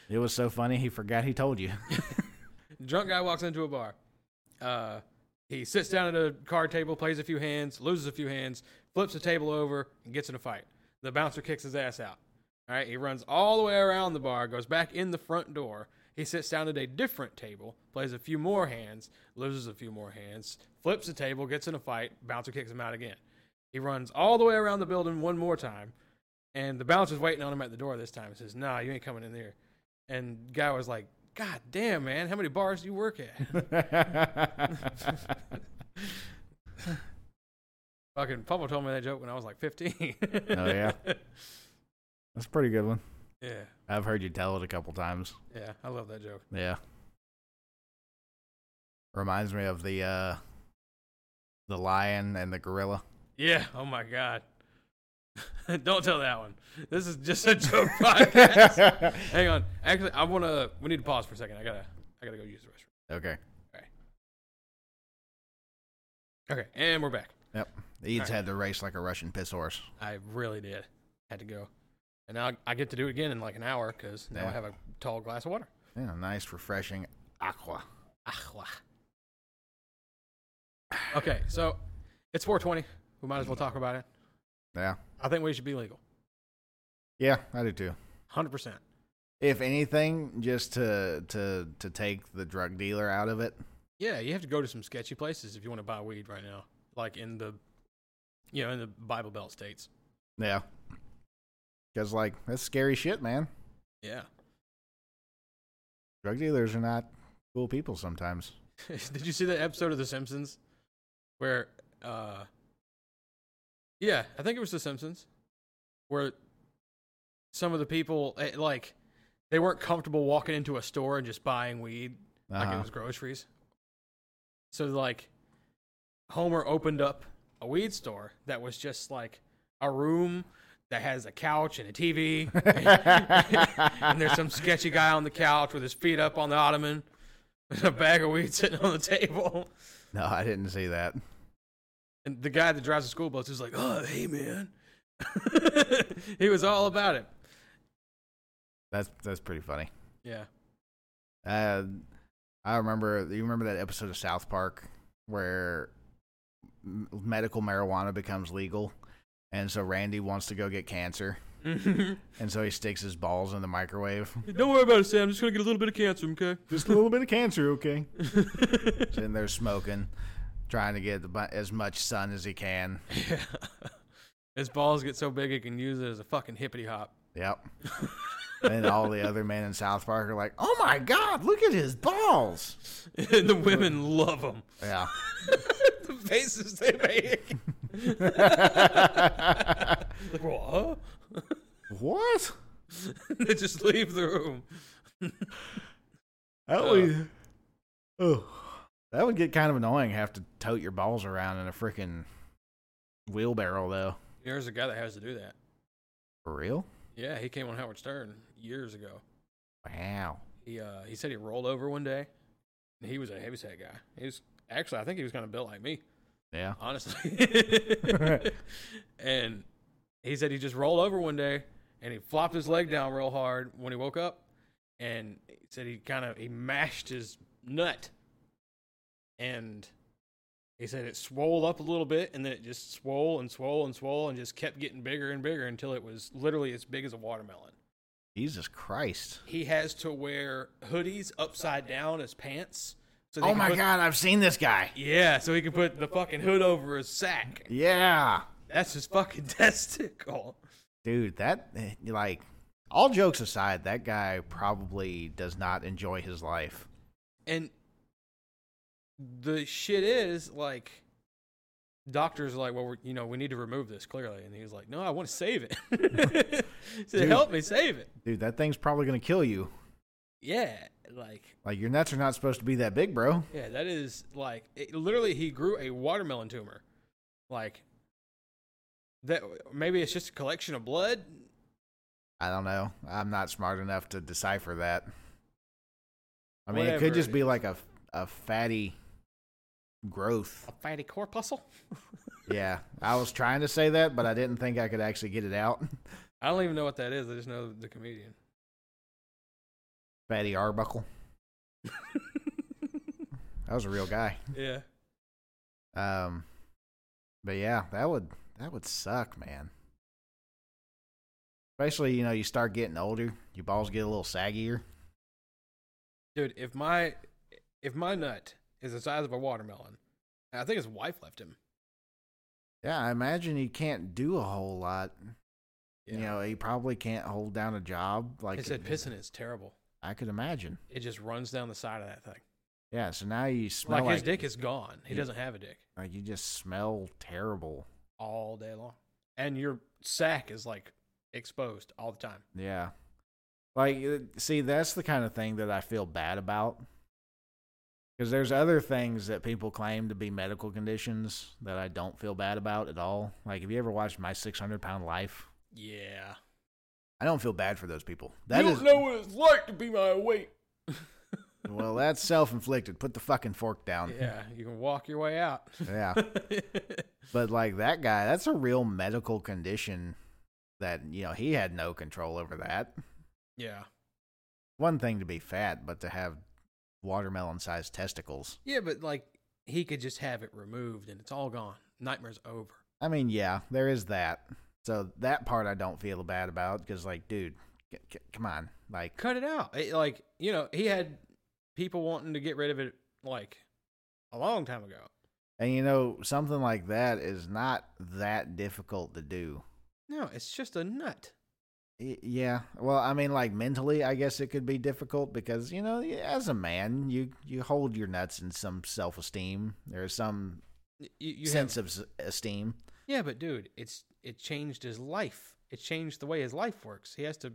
It was so funny he forgot he told you. drunk guy walks into a bar. Uh He sits down at a card table, plays a few hands, loses a few hands, flips the table over, and gets in a fight. The bouncer kicks his ass out. All right, he runs all the way around the bar, goes back in the front door. He sits down at a different table, plays a few more hands, loses a few more hands, flips the table, gets in a fight, bouncer kicks him out again. He runs all the way around the building one more time, and the bouncer's waiting on him at the door this time. He says, Nah, you ain't coming in there. And guy was like, God damn, man, how many bars do you work at? Fucking Papa told me that joke when I was like 15. oh, yeah? That's a pretty good one. Yeah. I've heard you tell it a couple times. Yeah. I love that joke. Yeah. Reminds me of the uh the lion and the gorilla. Yeah. Oh, my God. Don't tell that one. This is just a joke podcast. Hang on. Actually, I want to, we need to pause for a second. I got to, I got to go use the restroom. okay. Okay, and we're back. Yep. Eads Alright. had to race like a Russian piss horse. I really did. Had to go. And now I get to do it again in like an hour because now I Yeah. have a tall glass of water. Yeah, nice, refreshing aqua. Agua. Okay, so it's 420. We might as well talk about it. Yeah. I think we should be legal. Yeah, I do too. 100%. If anything, just to to to take the drug dealer out of it. Yeah, you have to go to some sketchy places if you want to buy weed right now, like in the, you know, in the Bible Belt states. Yeah. Cause like that's scary shit, man. Yeah. Drug dealers are not cool people sometimes. Did you see that episode of The Simpsons where uh Yeah, I think it was The Simpsons where some of the people eh, like they weren't comfortable walking into a store and just buying weed like it Uh-huh. was groceries. So like Homer opened up a weed store that was just like a room that has a couch and a TV, and there's some sketchy guy on the couch with his feet up on the ottoman, and a bag of weed sitting on the table. No, I didn't see that. And the guy that drives the school bus is like, "Oh, hey man," he was all about it. That's that's pretty funny. Yeah, Uh, I remember. You remember that episode of South Park where m- medical marijuana becomes legal, and so Randy wants to go get cancer, don't and so he sticks his balls in the microwave. worry about it, Sam. I'm just gonna get a little bit of cancer, okay? Just a little bit of cancer, okay? Sitting there smoking, trying to get the bu- as much sun as he can. Yeah. His balls get so big he can use it as a fucking hippity hop. Yep. and all the other men in South Park are like, "Oh my God, look at his balls!" and the women love him. Yeah. the faces they make. like, what? what? they just leave the room. That Uh, would, oh, that would get kind of annoying. Have to tote your balls around in a freaking wheelbarrow, though. There's a guy that has to do that. For real? Yeah, he came on Howard Stern years ago. Wow. He uh, he said he rolled over one day. And he was a heavyset guy. He was actually I think he was kind of built like me, Yeah. honestly. and he said he just rolled over one day and he flopped his leg down real hard when he woke up and he said he kind of he mashed his nut and he said it swole up a little bit and then it just swole and swole and swole and just kept getting bigger and bigger until it was literally as big as a watermelon Jesus Christ. he has to wear hoodies upside down as pants so they Oh can my put- God, I've seen this guy. yeah so he can put the fucking hood over his sack Yeah. that's his fucking testicle Dude, that, eh, like, all jokes aside, that guy probably does not enjoy his life. and the shit is like doctors are like well we're, you know we need to remove this clearly and he's like no i want to save it he said Dude. help me save it Dude, that thing's probably going to kill you. yeah like Like, your nuts are not supposed to be that big, bro. yeah that is like it, literally he grew a watermelon tumor like that maybe it's just a collection of blood I don't know. I'm not smart enough to decipher that. I mean, it Whatever could just it be like a a fatty growth. a fatty corpuscle yeah, I was trying to say that, but I didn't think I could actually get it out. i don't even know what that is i just know the comedian Fatty Arbuckle. That was a real guy. yeah Um, but yeah, that would that would suck, man. Especially you know you start getting older, your balls get a little saggier. Dude, if my if my nut is the size of a watermelon, I think his wife left him. Yeah, I imagine he can't do a whole lot. Yeah. You know, he probably can't hold down a job like He said pissing is terrible. I could imagine. It just runs down the side of that thing. Yeah, so now you smell like, like his dick is gone. He Yeah. doesn't have a dick like you just smell terrible. all day long, and your sack is like exposed all the time. Yeah. Like, uh, see, that's the kind of thing that I feel bad about. Because there's other things that people claim to be medical conditions that I don't feel bad about at all. Like, have you ever watched My 600 Pound Life? Yeah. I don't feel bad for those people. That is what it's like to be my weight. well, that's self inflicted. Put the fucking fork down. Yeah, you can walk your way out. yeah. But like that guy, that's a real medical condition that, you know, he had no control over that. yeah. One thing to be fat, but to have watermelon sized testicles. Yeah, but like he could just have it removed and it's all gone. Nightmare's over. I mean, yeah, there is that. So that part I don't feel bad about because, like, dude, c- c- come on, like, Cut it out. It, like, you know, he had people wanting to get rid of it like a long time ago. and you know, something like that is not that difficult to do. No, it's just a nut. Y- Yeah, well, I mean, like mentally, I guess it could be difficult because you know, y- as a man, you you hold your nuts in some self esteem. There's some Y- You, you sense have, of s- esteem. Yeah, but dude, it's it changed his life. It changed the way his life works. He has to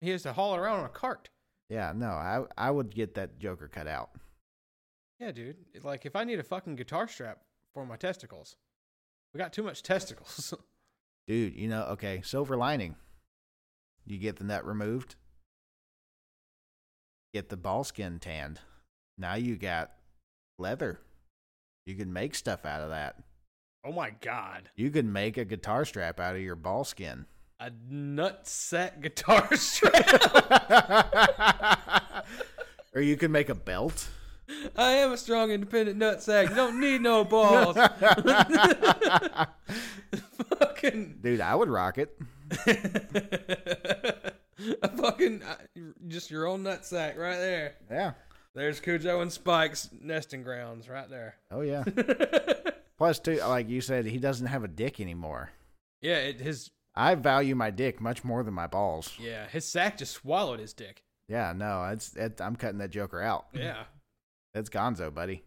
he has to haul around on a cart. Yeah, no, I I would get that Joker cut out. Yeah, dude. It- Like if I need a fucking guitar strap for my testicles. We got too much testicles. Dude, you know, okay, silver lining. You get the nut removed, get the ball skin tanned. Now you got leather. You can make stuff out of that. oh my god. You can make a guitar strap out of your ball skin. A nut sack guitar strap. or you can make a belt. I am a strong, independent nutsack. You don't need no balls. fucking, Dude, I would rock it. a fucking, I- just your own nutsack right there. Yeah. There's Cujo and Spike's nesting grounds right there. Oh yeah. Plus two like you said, he doesn't have a dick anymore. yeah, it, his I value my dick much more than my balls. yeah, his sack just swallowed his dick. Yeah, no, it's it, I'm cutting that Joker out. Yeah, That's Gonzo, buddy.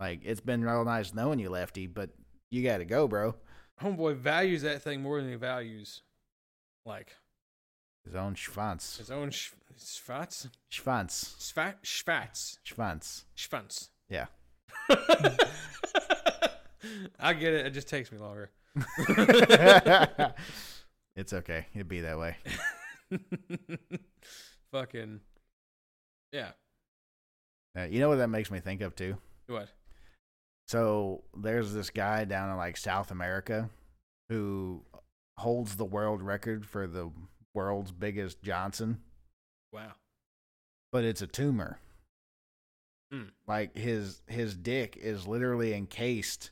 Like it's been real nice knowing you, Lefty, but you got to go, bro. homeboy values that thing more than he values like His own Schwanz, his own sh- schvatz, Schwanz, schvat, schvatz, Schwanz. schvanz. Yeah, I get it. It just takes me longer. it's okay. It'd be that way. Fucking yeah. Uh, you know what that makes me think of too. What? So there's this guy down in like South America who holds the world record for the world's biggest Johnson. Wow. but it's a tumor. Hmm. Like his his dick is literally encased.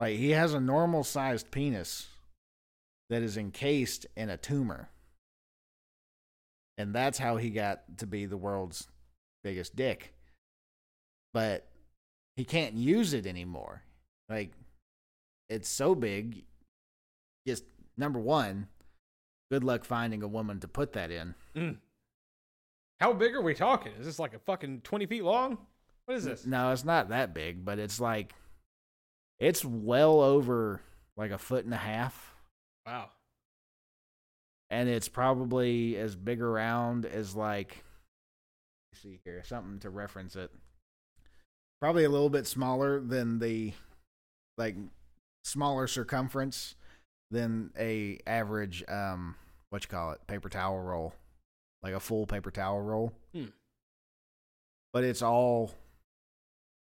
Like he has a normal sized penis that is encased in a tumor. And that's how he got to be the world's biggest dick. But he can't use it anymore. Like it's so big. Just number one, good luck finding a woman to put that in. Mm. How big are we talking? Is this like a fucking twenty feet long? What is this? No, it's not that big, but it's like it's well over like a foot and a half, Wow. and it's probably as big around as like let's see here something to reference it. Probably a little bit smaller than the like smaller circumference than a average um what you call it paper towel roll, like a full paper towel roll. Hmm. But it's all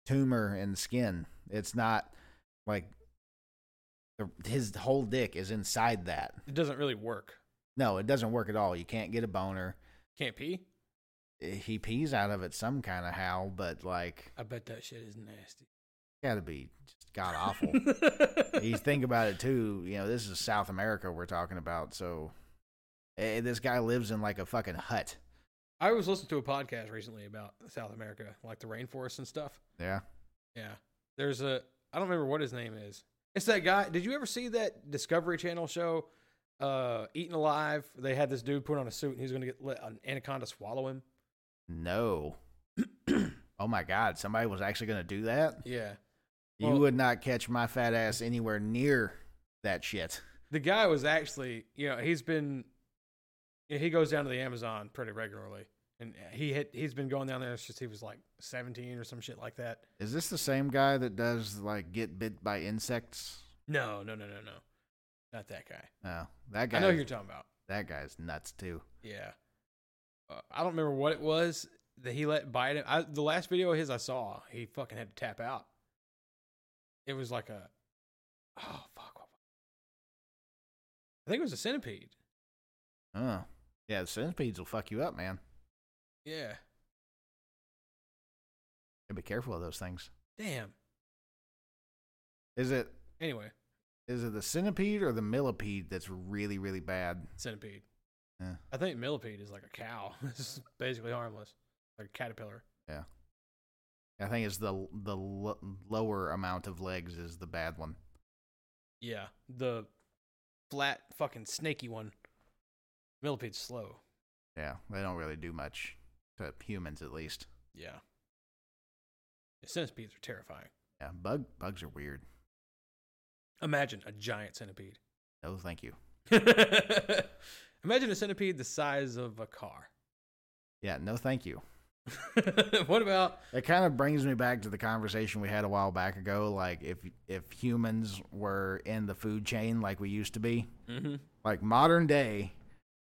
tumor and skin. It's not like the, his whole dick is inside that. It doesn't really work. No, it doesn't work at all. You can't get a boner. Eh, Can't pee. He pees out of it some kind of how, but like I bet that shit is nasty. got to be just god awful. you think about it too, you know, this is South America we're talking about, so eh, this guy lives in like a fucking hut. I was listening to a podcast recently about South America, like the rainforest and stuff. Yeah. Yeah. There's a I don't remember what his name is. It's that guy. Did you ever see that Discovery Channel show, uh, Eaten Alive? They had this dude put on a suit and he was going to get let an anaconda swallow him. No. oh my god, somebody was actually going to do that? Yeah. you Well- would not catch my fat ass anywhere near that shit. The guy was actually, you know, he's been, yeah, he goes down to the Amazon pretty regularly, and he had he's been going down there since he was like 17 or some shit like that. Is this the same guy that does like get bit by insects? No, no, no, no, no, not that guy. No, that guy. I know who you're talking about. that guy's nuts too. Yeah. Uh, I don't remember what it was that he let bite him. I, the last video of his I saw, he fucking had to tap out. It was like a, oh fuck, what- I think it was a centipede. Oh, yeah, the centipedes will fuck you up, man. Yeah. Yeah, be careful of those things. Damn. Is it Anyway, is it the centipede or the millipede that's really really bad? centipede. Yeah. I think millipede is like a cow. it's basically harmless, like a caterpillar. I think it's the the l- lower amount of legs is the bad one. Yeah. The flat fucking snaky one. Millipede's slow. Yeah, they don't really do much to humans at least. Yeah. Centipedes are terrifying. Yeah, bug bugs are weird. Imagine a giant centipede. No, thank you. Imagine a centipede the size of a car. Yeah, no, thank you. what about It kind of brings me back to the conversation we had a while back ago. Like if if humans were in the food chain like we used to be, mm-hmm, like modern day,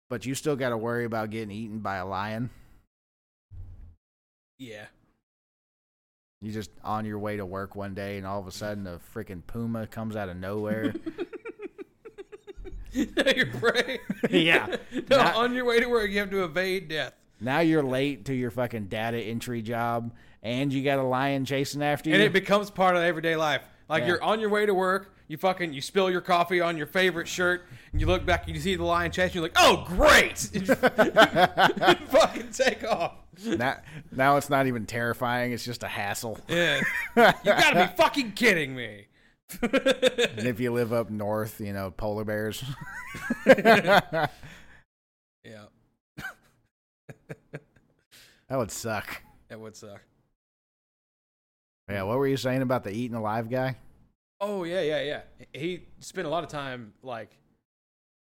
but you still got to worry about getting eaten by a lion. yeah, You just on your way to work one day, and all of a sudden a freaking puma comes out of nowhere. you're praying. Yeah. no, Not- on your way to work, you have to evade death. now you're late to your fucking data entry job, and you got a lion chasing after you. and it becomes part of everyday life. Like Yeah. you're on your way to work, you fucking you spill your coffee on your favorite shirt, and you look back and you see the lion chasing. You're like, oh great, You fucking take off. now, now it's not even terrifying; it's just a hassle. Yeah, you gotta be fucking kidding me. And if you live up north, you know polar bears. Yeah, That would suck. that would suck. Yeah, what were you saying about the eating alive guy? Oh yeah, yeah, yeah. He spent a lot of time like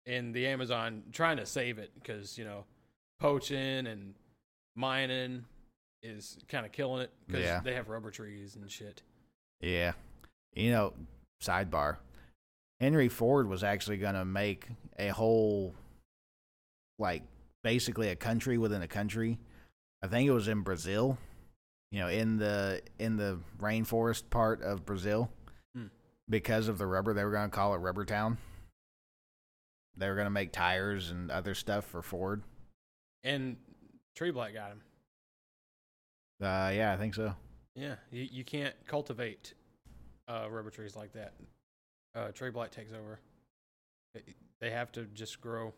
in the Amazon trying to save it because you know poaching and mining is kind of killing it because Yeah. they have rubber trees and shit. Yeah. You know, sidebar. Henry Ford was actually going to make a whole, like, basically a country within a country. I think it was in Brazil. You know, in the in the rainforest part of Brazil, Hmm. because of the rubber, they were going to call it Rubber Town. They were going to make tires and other stuff for Ford. And Tree Black got him. Uh, yeah, I think so. Yeah, you you can't cultivate uh, rubber trees like that. Uh, Tree Black takes over. They- They have to just grow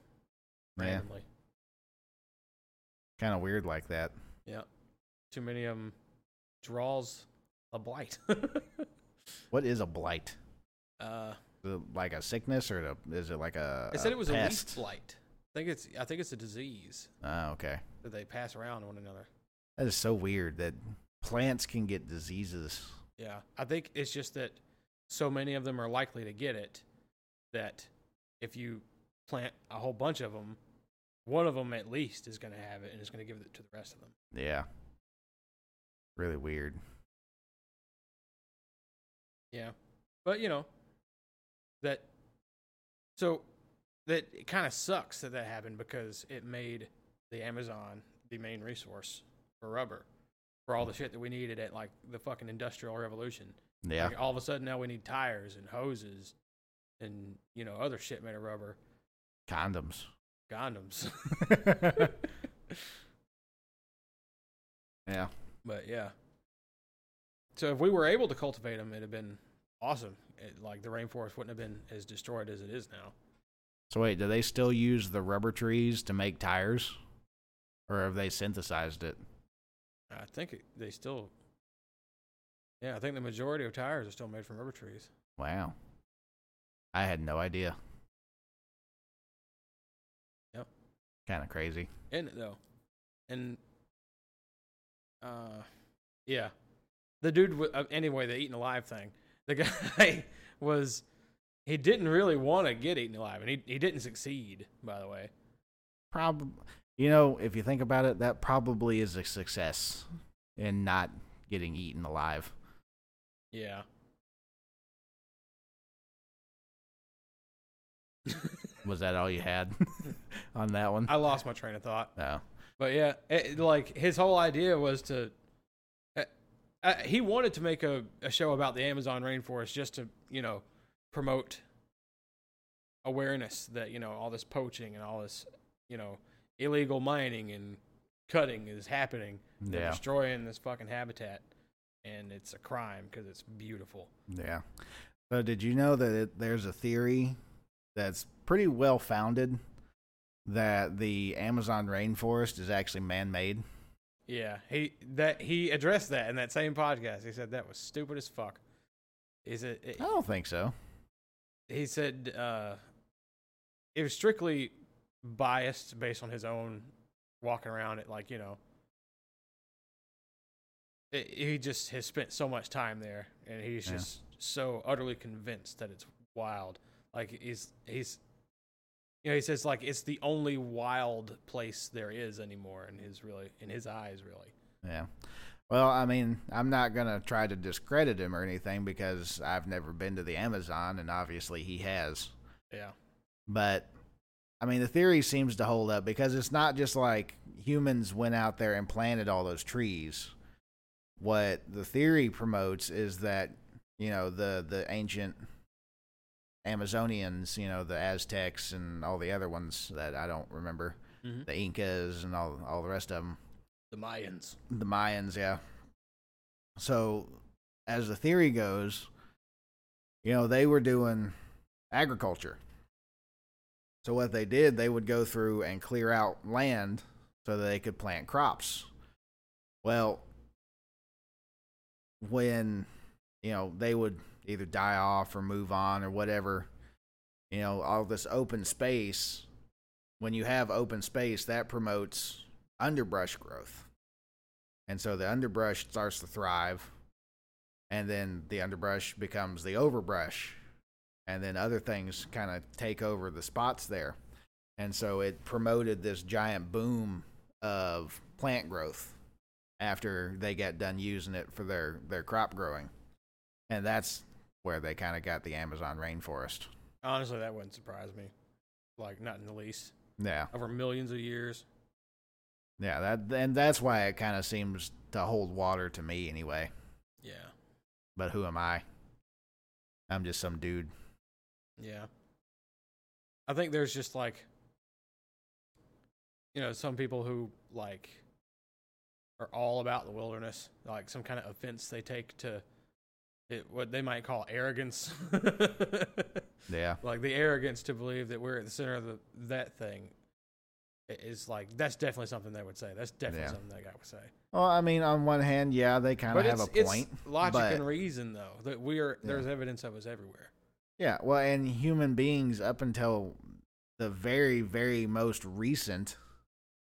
Yeah, randomly. kind of weird like that. Too many of them draws a blight. What is a blight? uh, Is it like a sickness or the- is it like a? They said a it was a leaf pest? blight. I think it's I think it's a disease Oh, okay. that they pass around to one another. That is so weird that plants can get diseases. Yeah, I think it's just that so many of them are likely to get it that if you plant a whole bunch of them, one of them at least is going to have it and it's going to give it to the rest of them. Yeah. Really weird. Yeah, but you know that so that it kind of sucks that that happened because it made the Amazon the main resource for rubber for all the shit that we needed at like the fucking industrial revolution. Yeah. Like, all of a sudden now we need tires and hoses and you know other shit made of rubber, Condoms. condoms. yeah. but yeah. So if we were able to cultivate them, it'd have been awesome. It, like the rainforest wouldn't have been as destroyed as it is now. So wait, do they still use the rubber trees to make tires, or have they synthesized it? I think it, they still. Yeah, I think the majority of tires are still made from rubber trees. Wow, I had no idea. Yep. Kind of crazy. Isn't it though? And uh, yeah, the dude. W- uh, anyway, the eaten alive thing. The guy was he didn't really want to get eaten alive, and he he didn't succeed. By the way, Probably, you know, if you think about it, that probably is a success in not getting eaten alive. yeah. Was that all you had on that one? I lost my train of thought. No. But yeah, it, like his whole idea was to. Uh, uh, he wanted to make a, a show about the Amazon rainforest just to, you know, promote awareness that, you know, all this poaching and all this, you know, illegal mining and cutting is happening. They're Yeah. destroying this fucking habitat. And it's a crime because it's beautiful. Yeah. So, did you know that it, there's a theory that's pretty well founded that the Amazon rainforest is actually man made? Yeah, he that he addressed that in that same podcast. He said that was stupid as fuck. He said it, I don't think so. he said uh, it was strictly biased based on his own walking around it like you know it, he just has spent so much time there and he's Yeah. just so utterly convinced that it's wild like he's he's you know he says like it's the only wild place there is anymore in his really in his eyes really Yeah. Well, I mean, I'm not going to try to discredit him or anything because I've never been to the Amazon and obviously he has. yeah But I mean, the theory seems to hold up because it's not just like humans went out there and planted all those trees. What the theory promotes is that, you know, the the ancient Amazonians, you know, the Aztecs and all the other ones that I don't remember, Mhm. the Incas and all all the rest of them, the mayans the Mayans, yeah. So, as the theory goes, you know, they were doing agriculture. So, what they did, they would go through and clear out land so that they could plant crops. Well, when, you know, they would either die off or move on or whatever, you know, all this open space, when you have open space, that promotes underbrush growth. And so the underbrush starts to thrive. And then the underbrush becomes the overbrush. And then other things kind of take over the spots there. And so it promoted this giant boom of plant growth after they got done using it for their, their crop growing. And that's where they kind of got the Amazon rainforest. honestly that wouldn't surprise me like not in the least Yeah. over millions of years Yeah. That, and that's why it kind of seems to hold water to me anyway. yeah But who am I? I'm just some dude. Yeah. I think there's just like you know, some people who like are all about the wilderness, like some kind of offense they take to it, what they might call arrogance. Yeah. like the arrogance to believe that we're at the center of the, that thing i- is like that's definitely something they would say. That's definitely Yeah. something that guy would say. Well, I mean, on one hand, yeah, they kind of But have it's, a it's point. logic but- and reason though that we are Yeah. there's evidence of us everywhere. Yeah. Well, and human beings, up until the very, very most recent,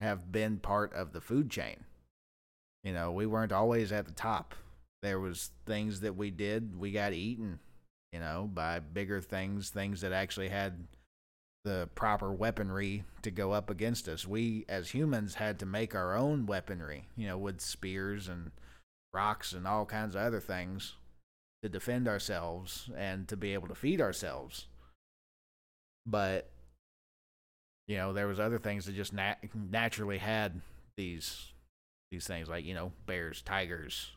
have been part of the food chain. You know, we weren't always at the top. There was things that we did, we got eaten, you know, by bigger things, things that actually had the proper weaponry to go up against us. We as humans had to make our own weaponry, you know, with spears and rocks and all kinds of other things to defend ourselves and to be able to feed ourselves. But you know, there was other things that just nat- naturally had these these things like, you know, bears, tigers,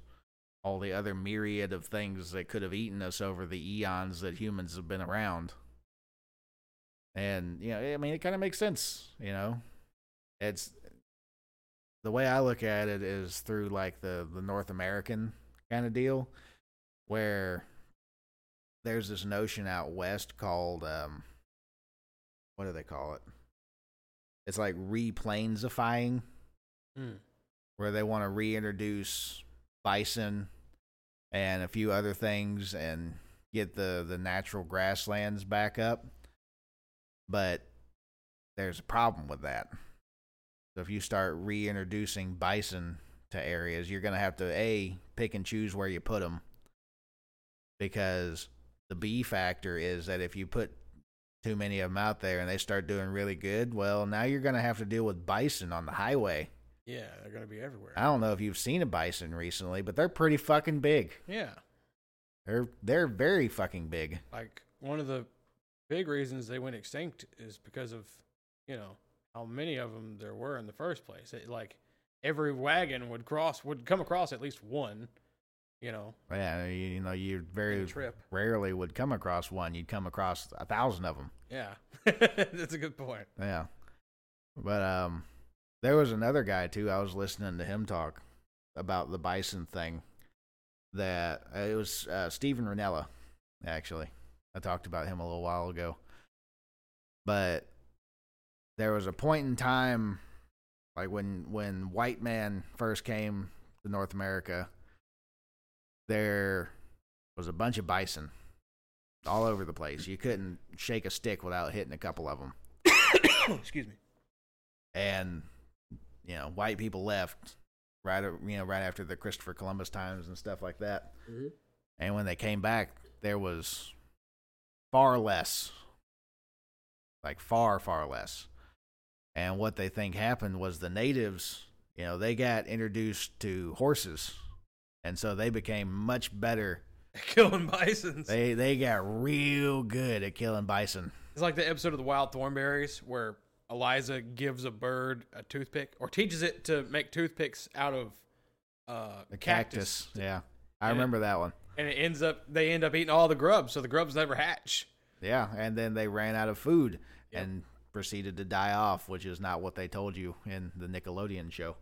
all the other myriad of things that could have eaten us over the eons that humans have been around. And you know, I mean, it kind of makes sense, you know. It's the way I look at it is through like the the North American kind of deal where there's this notion out west called um what do they call it? It's like replanezifying Mm. where they want to reintroduce bison and a few other things and get the the natural grasslands back up. But there's a problem with that. So if you start reintroducing bison to areas, you're going to have to a pick and choose where you put them because the B factor is that if you put too many of them out there and they start doing really good, well, now you're going to have to deal with bison on the highway. Yeah, they're gonna be everywhere. I don't know if you've seen a bison recently, but they're pretty fucking big. Yeah, They're they're very fucking big. like one of the big reasons they went extinct is because of you know how many of them there were in the first place. It, like every wagon would cross would come across at least one. You know, Yeah, you, you know, you in very a trip. rarely would come across one. You'd come across a thousand of them. Yeah, that's a good point. Yeah. But um there was another guy too. I was listening to him talk about the bison thing that uh, it was uh Steven Ranella actually. I talked about him a little while ago. But there was a point in time like when when white man first came to North America there was a bunch of bison all over the place. You couldn't shake a stick without hitting a couple of them Excuse me. and you know white people left right a- you know right after the Christopher Columbus times and stuff like that and when they came back there was far less like far far less and what they think happened was the natives you know they got introduced to horses and so they became much better Killing bisons. they they got real good at killing bison It's like the episode of the Wild Thornberries where Eliza gives a bird a toothpick or teaches it to make toothpicks out of uh, the cactus. cactus yeah i And it- remember that one and it ends up they end up eating all the grubs, so the grubs never hatch. Yeah, and then they ran out of food Yep. and proceeded to die off, which is not what they told you in the Nickelodeon show.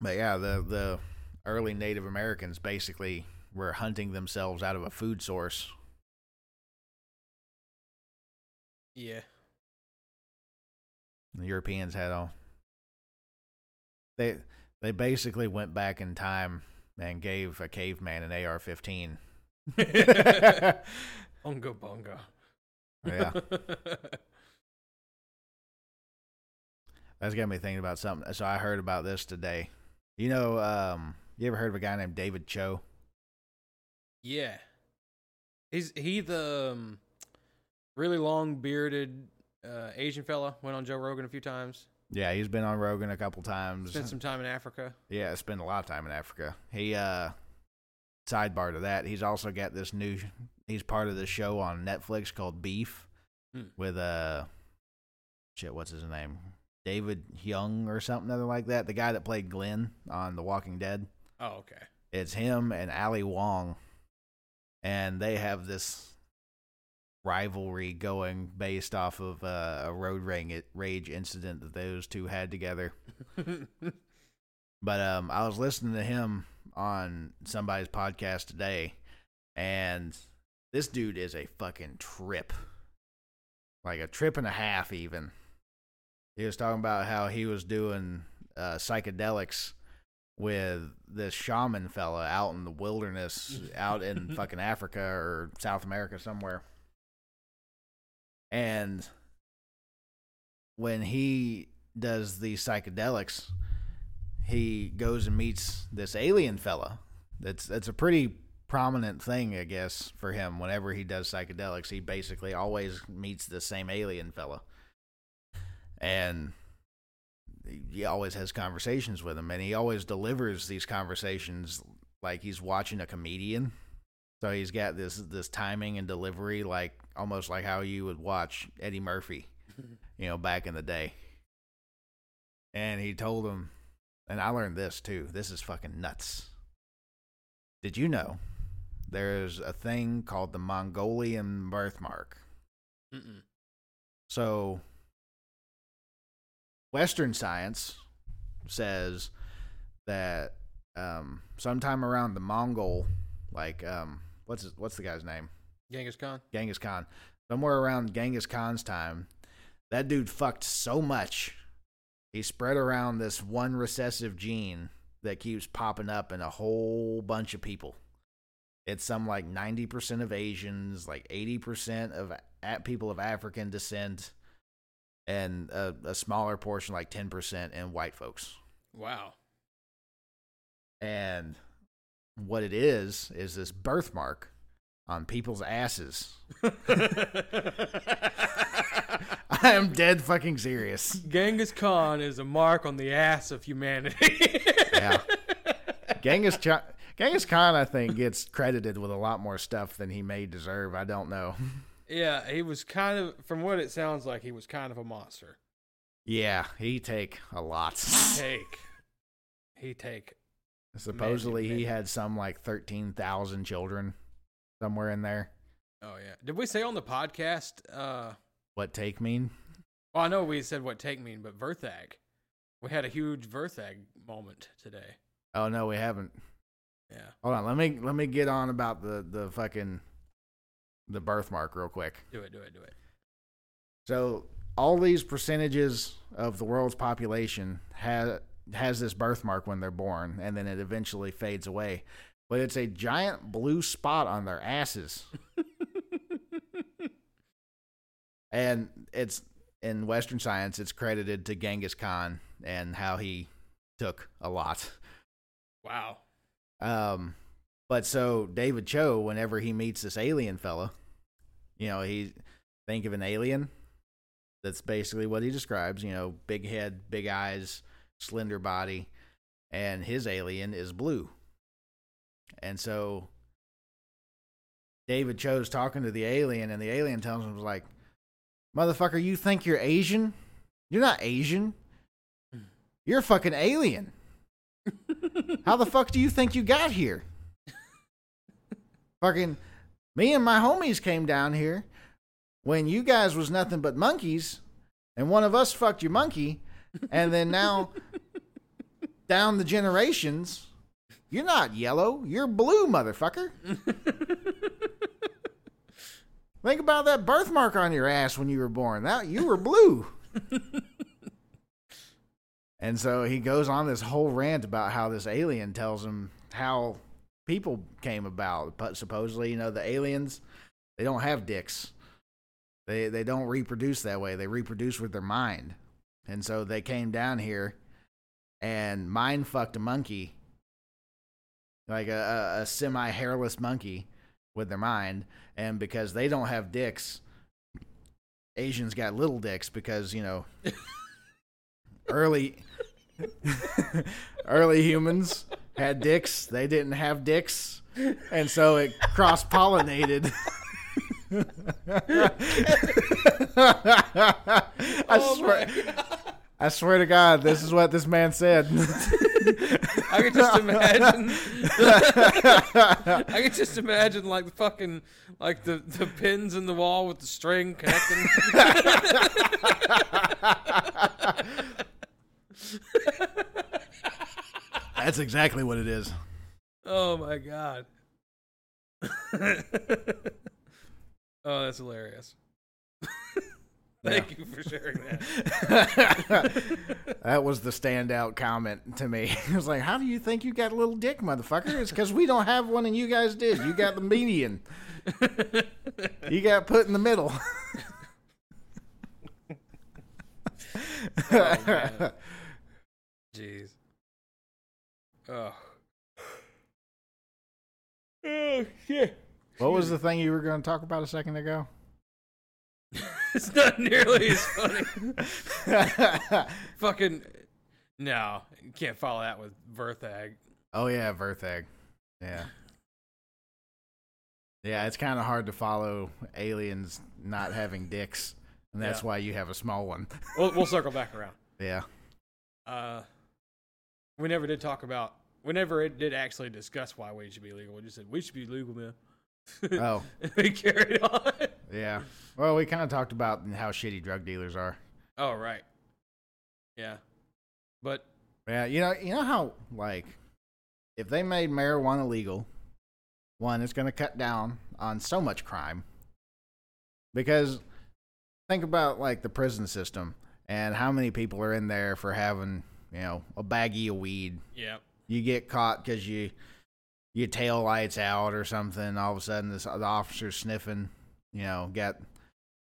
But yeah, the the early Native Americans basically were hunting themselves out of a food source. Yeah, The Europeans had all they they basically went back in time and gave a caveman an AR fifteen. yeah. ongo bongo. That's got me thinking about something. So I heard about this today. You know, um, you ever heard of a guy named David Cho? yeah. He's he the um, really long bearded uh, Asian fella went on Joe Rogan a few times. Yeah, he's been on Rogan a couple times. Spent some time in Africa. yeah, spent a lot of time in Africa. He uh sidebar to that, he's also got this new he's part of this show on Netflix called Beef Hmm. with uh shit, what's his name? David Young or something other like that. The guy that played Glenn on The Walking Dead. Oh, okay. It's him and Ali Wong, and they have this rivalry going based off of uh, a road rang- rage incident that those two had together. But um, I was listening to him on somebody's podcast today, and this dude is a fucking trip, like a trip and a half even. He was talking about how he was doing uh, psychedelics with this shaman fella out in the wilderness, out in fucking Africa or South America somewhere. And when he does these psychedelics, he goes and meets this alien fella. That's that's a pretty prominent thing, I guess, for him. Whenever he does psychedelics, he basically always meets the same alien fella, and he always has conversations with him, and he always delivers these conversations like he's watching a comedian. So he's got this this timing and delivery, like almost like how you would watch Eddie Murphy, you know, back in the day. And he told him and I learned this too. This is fucking nuts. Did you know there's a thing called the Mongolian birthmark? Mm-mm. So, Western science says that um, sometime around the Mongol, like um, what's his, what's the guy's name? Genghis Khan. Genghis Khan. Somewhere around Genghis Khan's time, that dude fucked so much. He spread around this one recessive gene that keeps popping up in a whole bunch of people. It's some like 90% of Asians, like 80% of a- people of African descent, and a, a smaller portion, like 10%, in white folks. Wow. And what it is, is this birthmark on people's asses. I am dead fucking serious. Genghis Khan is a mark on the ass of humanity. Yeah. Genghis, Ch- Genghis Khan, I think, gets credited with a lot more stuff than he may deserve. I don't know. yeah, he was kind of, from what it sounds like, he was kind of a monster. Yeah, he take a lot. Take. He take. Supposedly, Imagine he that. had some like 13,000 children somewhere in there. Oh, yeah. Did we say on the podcast? Uh, What take mean? well, I know we said what take mean, but Verthag. We had a huge Verthag moment today. Oh, no, we haven't. Yeah. Hold on, let me let me get on about the the fucking the birthmark real quick. Do it, do it, do it. So all these percentages of the world's population has has this birthmark when they're born, and then it eventually fades away. But it's a giant blue spot on their asses, and it's in Western science, it's credited to Genghis Khan and how he took a lot. Wow. Um, but so David Cho, whenever he meets this alien fella, you know, he think of an alien. That's basically what he describes. You know, big head, big eyes, slender body, and his alien is blue. And so David Cho's talking to the alien, and the alien tells him like, "Motherfucker, you think you're Asian? You're not Asian. You're a fucking alien." How the fuck do you think you got here? Fucking me and my homies came down here when you guys was nothing but monkeys and one of us fucked your monkey and then now down the generations you're not yellow, you're blue, motherfucker. Think about that birthmark on your ass when you were born. That you were blue. And so he goes on this whole rant about how this alien tells him how people came about. But supposedly, you know, the aliens they don't have dicks. They they don't reproduce that way. They reproduce with their mind. And so they came down here and mind fucked a monkey. Like a, a, a semi hairless monkey with their mind. And because they don't have dicks, Asians got little dicks because, you know, early early humans had dicks. They didn't have dicks, and so it cross pollinated. I Oh swear, my God. I swear to God, this is what this man said. I can just imagine. I can just imagine like the fucking like the the pins in the wall with the string connecting. That's exactly what it is. oh my god. oh, that's hilarious. Thank you for sharing that. that was the standout comment to me. It was like, "How do you think you got a little dick, motherfucker?" It's because we don't have one, and you guys did. You got the median. you got put in the middle. Oh, man. Jeez. Oh. Oh shit. What was the thing you were going to talk about a second ago? It's not nearly as funny. Fucking no, you can't follow that with Verthag. oh yeah, Verthag. Yeah. Yeah, it's kind of hard to follow aliens not having dicks, and that's Yeah. why you have a small one. We'll, we'll circle back around. Yeah. Uh, we never did talk about. We never did actually discuss why weed should be legal. We just said we should be legal, man. Oh, we carried on. yeah. Well, we kind of talked about how shitty drug dealers are. Oh right. Yeah, but Yeah, you know, you know how like if they made marijuana legal, one, it's going to cut down on so much crime. Because think about like the prison system and how many people are in there for having, you know, a baggie of weed. Yeah. You get caught because you your tail lights out or something. All of a sudden, this the officer's sniffing. You know, got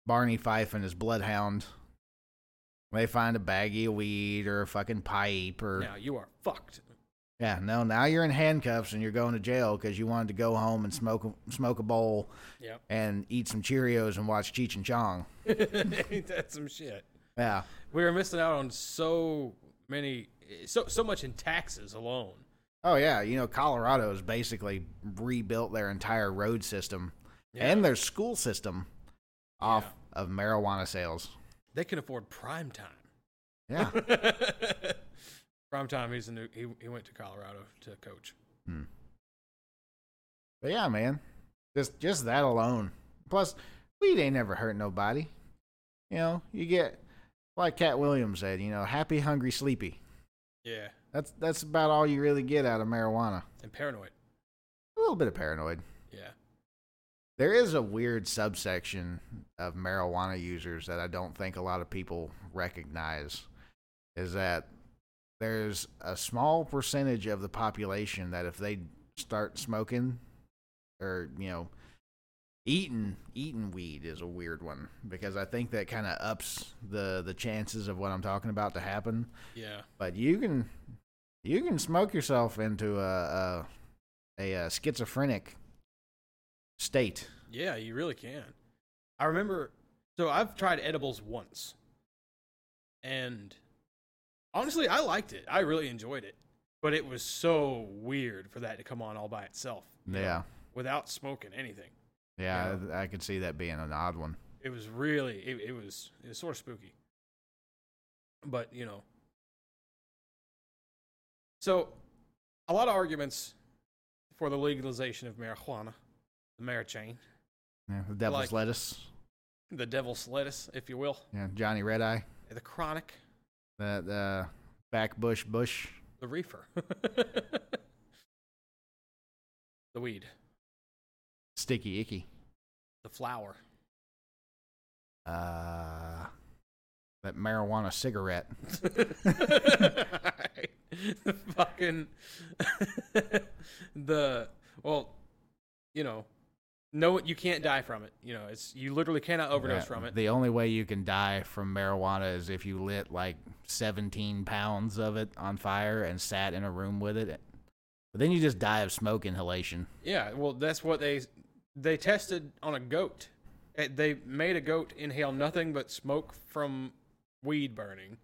Barney Fife and his bloodhound. They find a baggie of weed or a fucking pipe or Now you are fucked. yeah, no. Now you're in handcuffs and you're going to jail because you wanted to go home and smoke a- smoke a bowl Yeah. and eat some Cheerios and watch Cheech and Chong. Ain't that some shit? Yeah, We were missing out on so many, so so much in taxes alone. oh yeah. You know, Colorado's basically rebuilt their entire road system and their school system off of marijuana sales. They can afford prime time. Yeah, prime time. He's the new. He he went to Colorado to coach. but yeah, man, just just that alone. Plus, weed ain't never hurt nobody. You know, you get like Cat Williams said. You know, happy, hungry, sleepy. Yeah, That's that's about all you really get out of marijuana. and paranoid. a little bit of paranoid. Yeah, There is a weird subsection of marijuana users that I don't think a lot of people recognize is that there's a small percentage of the population that if they start smoking or, you know, eating eating weed is a weird one because I think that kind of ups the the chances of what I'm talking about to happen yeah, but you can you can smoke yourself into a a, a, uh schizophrenic state. yeah. You really can. I remember. So I've tried edibles once, and honestly, I liked it. I really enjoyed it, but it was so weird for that to come on all by itself. you know, Yeah, without smoking anything. yeah, I, I could see that being an odd one. it was really it, it was it was sort of spooky but you know so a lot of arguments for the legalization of marijuana the marichain Yeah, the devil's Like- lettuce. the devil's lettuce if you will Yeah, Johnny Red Eye. the chronic That uh, back bush bush. the reefer the weed Sticky icky. the flower Uh, that marijuana cigarette. Right. The fucking the well, you know, no, you can't die from it. You know, it's you literally cannot overdose Yeah, from it. The only way you can die from marijuana is if you lit like 17 pounds of it on fire and sat in a room with it. But then you just die of smoke inhalation. yeah, well, that's what they they tested on a goat. Eh, They made a goat inhale nothing but smoke from weed burning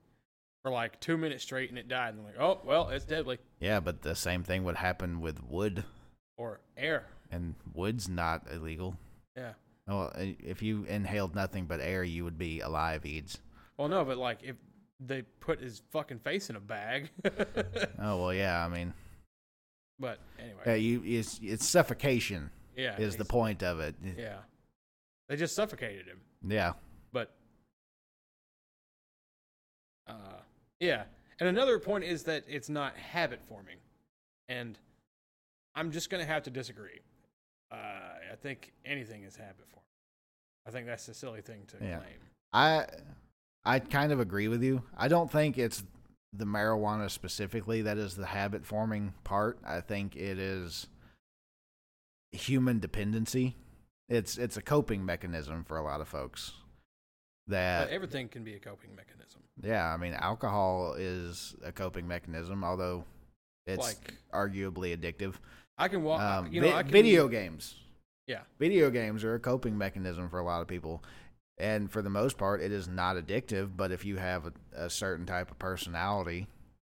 for like two minutes straight, and it died. And they're like, oh well, it's deadly Yeah, but the same thing would happen with wood, or air. and wood's not illegal. Yeah. Well, i- if you inhaled nothing but air, you would be alive, Eads. Well, no, but like if they put his fucking face in a bag. Oh well, yeah. I mean, but anyway. yeah, you it's, it's suffocation Yeah. is the he's- point of it. Yeah. They just suffocated him. Yeah, But uh yeah. And another point is that it's not habit forming. And I'm just going to have to disagree. Uh I think anything is habit forming. I think that's a silly thing to Yeah. claim. I I kind of agree with you. I don't think it's the marijuana specifically that is the habit forming part. I think it is human dependency. It's it's a coping mechanism for a lot of folks. That Uh, But everything can be a coping mechanism. yeah, I mean alcohol is a coping mechanism, although it's Like- arguably addictive. I can walk Um, you know, vi- I can, video games. Yeah. Video games are a coping mechanism for a lot of people. And for the most part, it is not addictive. But if you have a, a certain type of personality,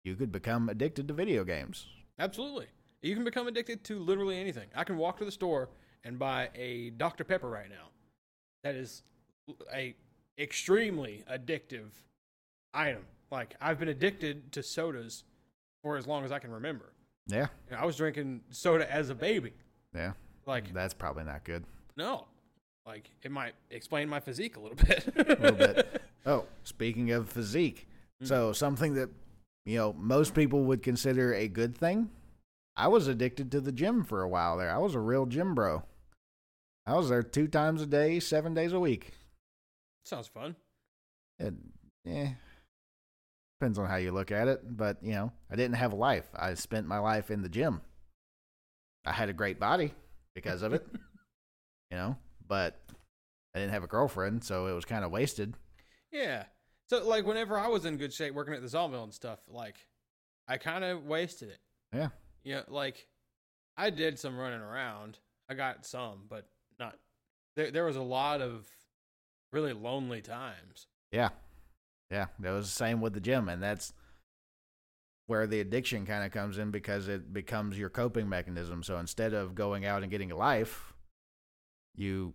you could become addicted to video games. Absolutely. You can become addicted to literally anything. I can walk to the store and buy a Dr. Pepper right now. That is a extremely addictive item. Like I've been addicted to sodas for as long as I can remember. Yeah. You know, I was drinking soda as a baby. Yeah. Like That's probably not good. no. Like it might explain my physique a little bit. a little bit. Oh, speaking of Hmm. physique. So, something that, you know, most people would consider a good thing, I was addicted to the gym for a while there. I was a real gym bro. I was there two times a day, seven days a week. Sounds fun. It, eh, depends on how you look at it. But you know, I didn't have a life. I spent my life in the gym. I had a great body because of it, you know. But I didn't have a girlfriend, so it was kind of wasted. Yeah. So like whenever I was in good shape working at the sawmill and stuff, like I kind of wasted it. Yeah. You know, like I did some running around. I got some, but not there there was a lot of really lonely times. Yeah. Yeah. That was the same with the gym. And that's where the addiction kind of comes in because it becomes your coping mechanism. So instead of going out and getting a life, you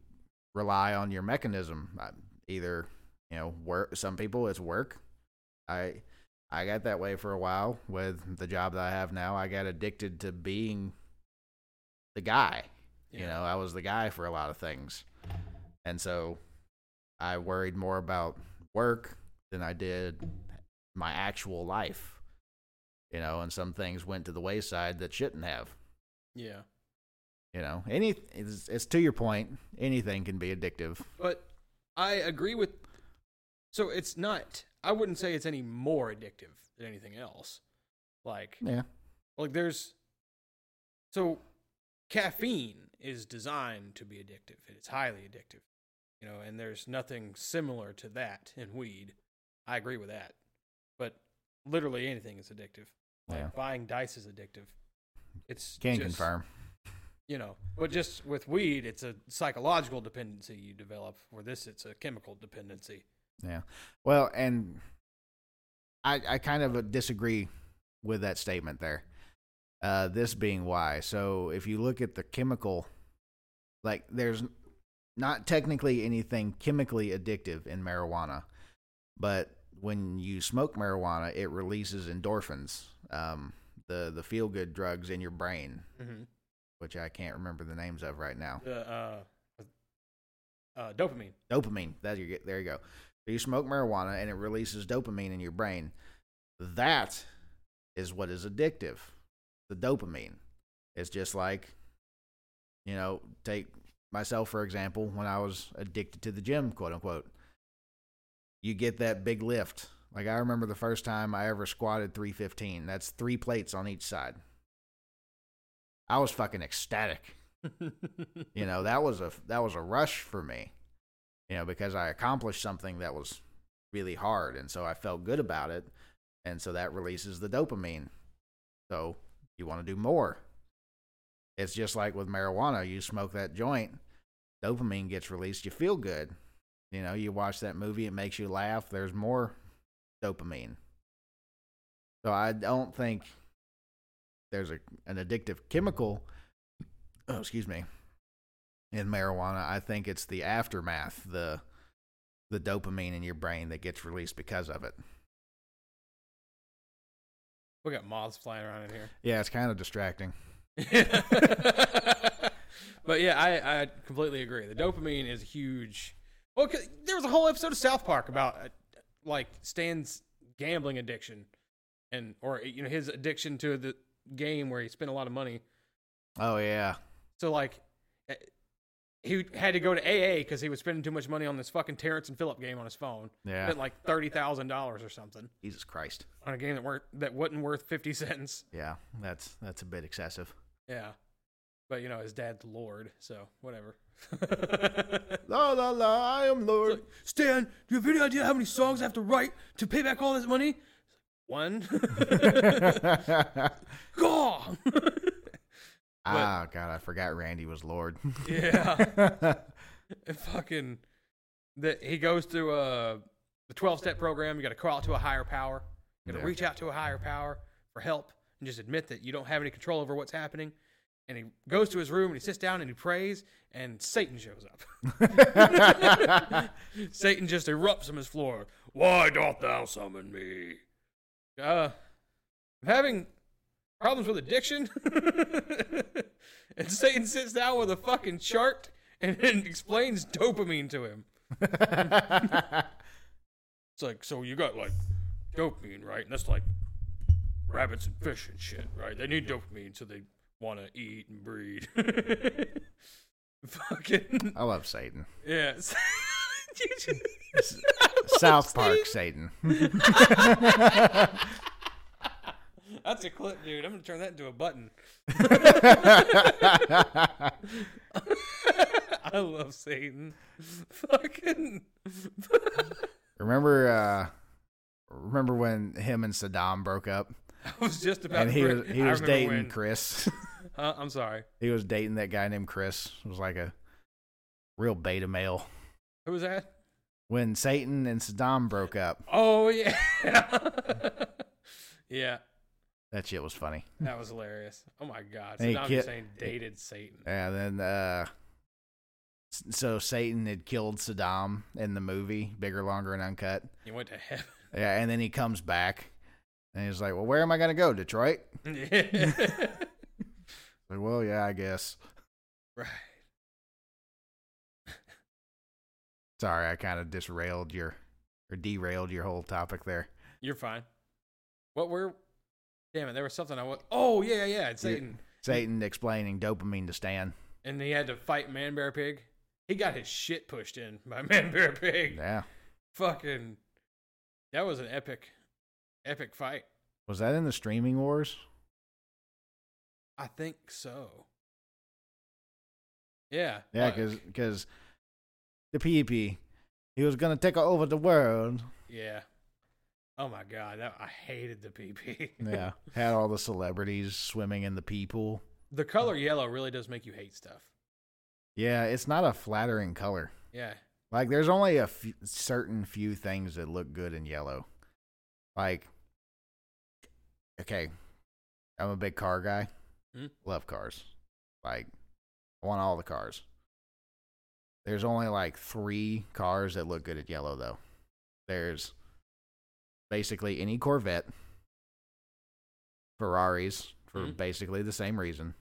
rely on your mechanism. Uh, Either, you know, work. Some people it's work. I. I got that way for a while with the job that I have now. I got addicted to being the guy. You know, I was the guy for a lot of things. And so I worried more about work than I did my actual life. You know, and some things went to the wayside that shouldn't have. Yeah. You know, any it's, it's to your point, anything can be addictive. But I agree with so it's not I wouldn't say it's any more addictive than anything else. Like Yeah. like there's so caffeine is designed to be addictive. It's highly addictive. You know, and there's nothing similar to that in weed. I agree with that. But literally anything is addictive. Like Yeah. buying dice is addictive. It's Can just- confirm. you know but just with weed it's a psychological dependency you develop where this it's a chemical dependency Yeah. Well, and I I kind of uh, disagree with that statement there. Uh, this being why. So if you look at the chemical, like there's not technically anything chemically addictive in marijuana, but when you smoke marijuana, it releases endorphins, um, the the feel good drugs in your brain, mm-hmm. which I can't remember the names of right now. uh, uh, dopamine dopamine. That you get. There you go. So you smoke marijuana and it releases dopamine in your brain. That is what is addictive. The dopamine. It's just like, you know, take myself for example. When I was addicted to the gym, quote unquote, you get that big lift. Like I remember the first time I ever squatted 315. That's three plates on each side. I was fucking ecstatic you know that was a that was a rush for me you know because i accomplished something that was really hard and so i felt good about it and so that releases the dopamine so you want to do more it's just like with marijuana you smoke that joint dopamine gets released you feel good you know you watch that movie it makes you laugh there's more dopamine so i don't think there's a, an addictive chemical oh, excuse me in marijuana i think it's the aftermath the the dopamine in your brain that gets released because of it we got moths flying around in here yeah it's kind of distracting but yeah I, I completely agree the dopamine is huge well 'cause there was a whole episode of south park about uh, like stan's gambling addiction and or you know his addiction to the game where he spent a lot of money oh yeah So like, eh, he had to go to AA because he was spending too much money on this fucking Terrence and Phillip game on his phone. Yeah. spent like thirty thousand dollars or something jesus christ on a game that weren't that wasn't worth fifty cents. yeah that's that's a bit excessive Yeah, but you know his dad's Lord, so whatever. la la la i am lord Stan, do you have any idea how many songs I have to write to pay back all this money? One. Gah! ah god i forgot randy was lord yeah. And fucking that he goes through uh the twelve step program. You got to call out to a higher power. You got to Yeah. reach out to a higher power for help, and just admit that you don't have any control over what's happening. And he goes to his room and he sits down and he prays, and Satan shows up. Satan just erupts from his floor. Why doth thou summon me? Uh, I'm having problems with addiction. and Satan sits down with a fucking chart and then explains dopamine to him. It's like, so you got like dopamine, right? And that's like rabbits and fish and shit, right? They need dopamine, so they want to eat and breed. Fucking I love Satan. yeah. You just- South Park Satan. That's a clip, dude. I'm gonna turn that into a button. I love Satan. Fucking remember uh remember when him and Saddam broke up? I was just about And to he bring- was he I was remember dating when- Chris. Huh? I'm sorry. he was dating that guy named Chris. It was like a real beta male. Who was that? When Satan and Saddam broke up, Oh yeah. yeah. that shit was funny. That was hilarious. Oh my god. Hey, Saddam kid- Hussein dated Satan. And then uh s- so Satan had killed Saddam in the movie, bigger, longer, and uncut. He went to heaven. Yeah, and then he comes back and he's like, Well, where am I gonna go? Detroit? Yeah. Like, well, yeah, I guess. right. Sorry, I kind of disrailed your or derailed your whole topic there. You're fine. What were? Damn it! There was something I was. Oh yeah, yeah. It's Yeah. Satan, Satan explaining dopamine to Stan. and he had to fight Man Bear Pig. He got his shit pushed in by Man Bear Pig. Yeah. Fucking. That was an epic, epic fight. Was that in the streaming wars? I think so. Yeah. Yeah, fuck. because the PP, he was going to take over the world. Yeah. Oh my god, that, I hated the PP. Yeah. Had all the celebrities swimming in the pee pool. the color yellow really does make you hate stuff. Yeah, it's not a flattering color. Yeah. Like, there's only a f- certain few things that look good in yellow. Like, okay, I'm a big car guy. Mhm. Love cars. Like, I want all the cars. There's only like three cars that look good at yellow, though. There's basically any Corvette, Ferraris for Mhm. basically the same reason.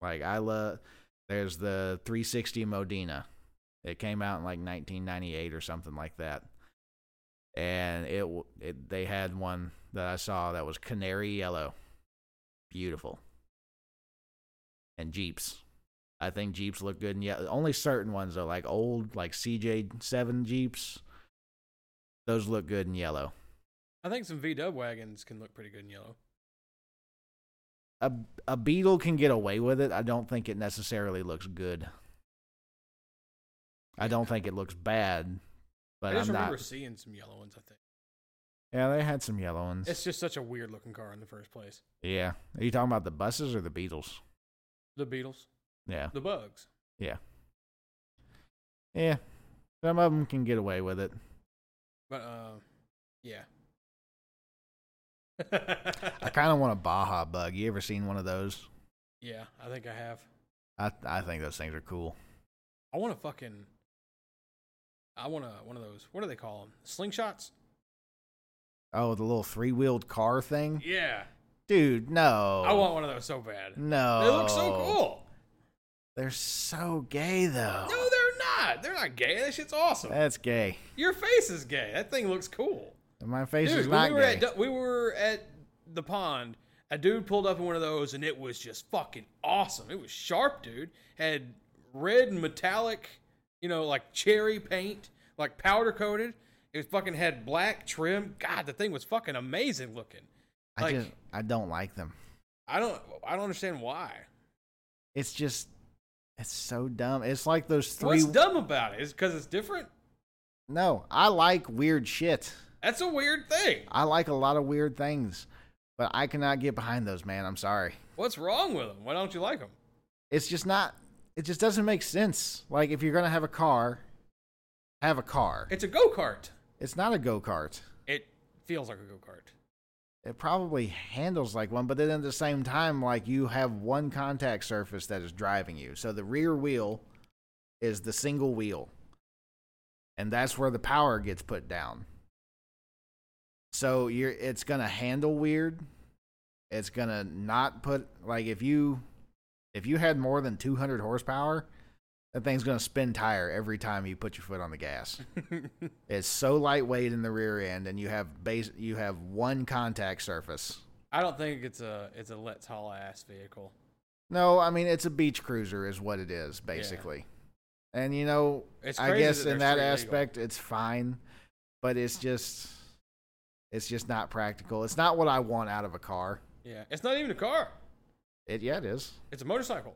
Like, I love. There's the 360 Modena. It came out in like 1998 or something like that. And it, w- it they had one that I saw that was canary yellow. Beautiful. And Jeeps. I think Jeeps look good in yellow. Only certain ones though, like old like CJ7 Jeeps. Those look good in yellow. I think some V dub wagons can look pretty good in yellow. A a Beetle can get away with it. I don't think it necessarily looks good. I don't think it looks bad, but I just I'm remember not. seeing some yellow ones, I think. Yeah, they had some yellow ones. It's just such a weird looking car in the first place. Yeah. Are you talking about the buses or the Beatles? The Beatles, Yeah. the Bugs. Yeah. Some of them can get away with it. But uh, yeah. I kind of want a Baja Bug. You ever seen one of those? yeah, I think I have. I I think those things are cool. I want a fucking. I want a one of those. What do they call them? Slingshots. Oh, the little three wheeled car thing, Yeah, dude. No, I want one of those so bad. No, They look so cool. They're so gay though. No, they're not. They're not gay. That shit's awesome. That's gay. Your face is gay. That thing looks cool. My face Dude, is when not we were gay. at du- we were at the pond. A dude pulled up in one of those, and it was just fucking awesome. It was sharp, dude. Had red metallic, you know, like cherry paint, like powder coated. It was fucking had black trim. God, the thing was fucking amazing looking. I like- just I don't like them. I don't, I don't understand why. It's just it's so dumb. It's like those three. What's dumb about it? Is because it's different. no, I like weird shit. That's a weird thing. I like a lot of weird things, but I cannot get behind those, man. I'm sorry. What's wrong with them? Why don't you like them? It's just not. It just doesn't make sense. Like if you're gonna have a car, have a car. It's a go kart. It's not a go kart. It feels like a go kart. It probably handles like one, but then at the same time, like you have one contact surface that is driving you. So the rear wheel is the single wheel, and that's where the power gets put down. So you're it's gonna handle weird. It's gonna not put like if you if you had more than 200 horsepower, that thing's gonna spin tire every time you put your foot on the gas. It's so lightweight in the rear end, and you have base you have one contact surface I don't think it's a it's a let's haul ass vehicle. No, I mean it's a beach cruiser is what it is basically. And you know, It's I crazy guess that in they're that street legal. aspect it's fine, but it's just it's just not practical. It's not what I want out of a car. Yeah, it's not even a car. It yeah, it is. It's a motorcycle.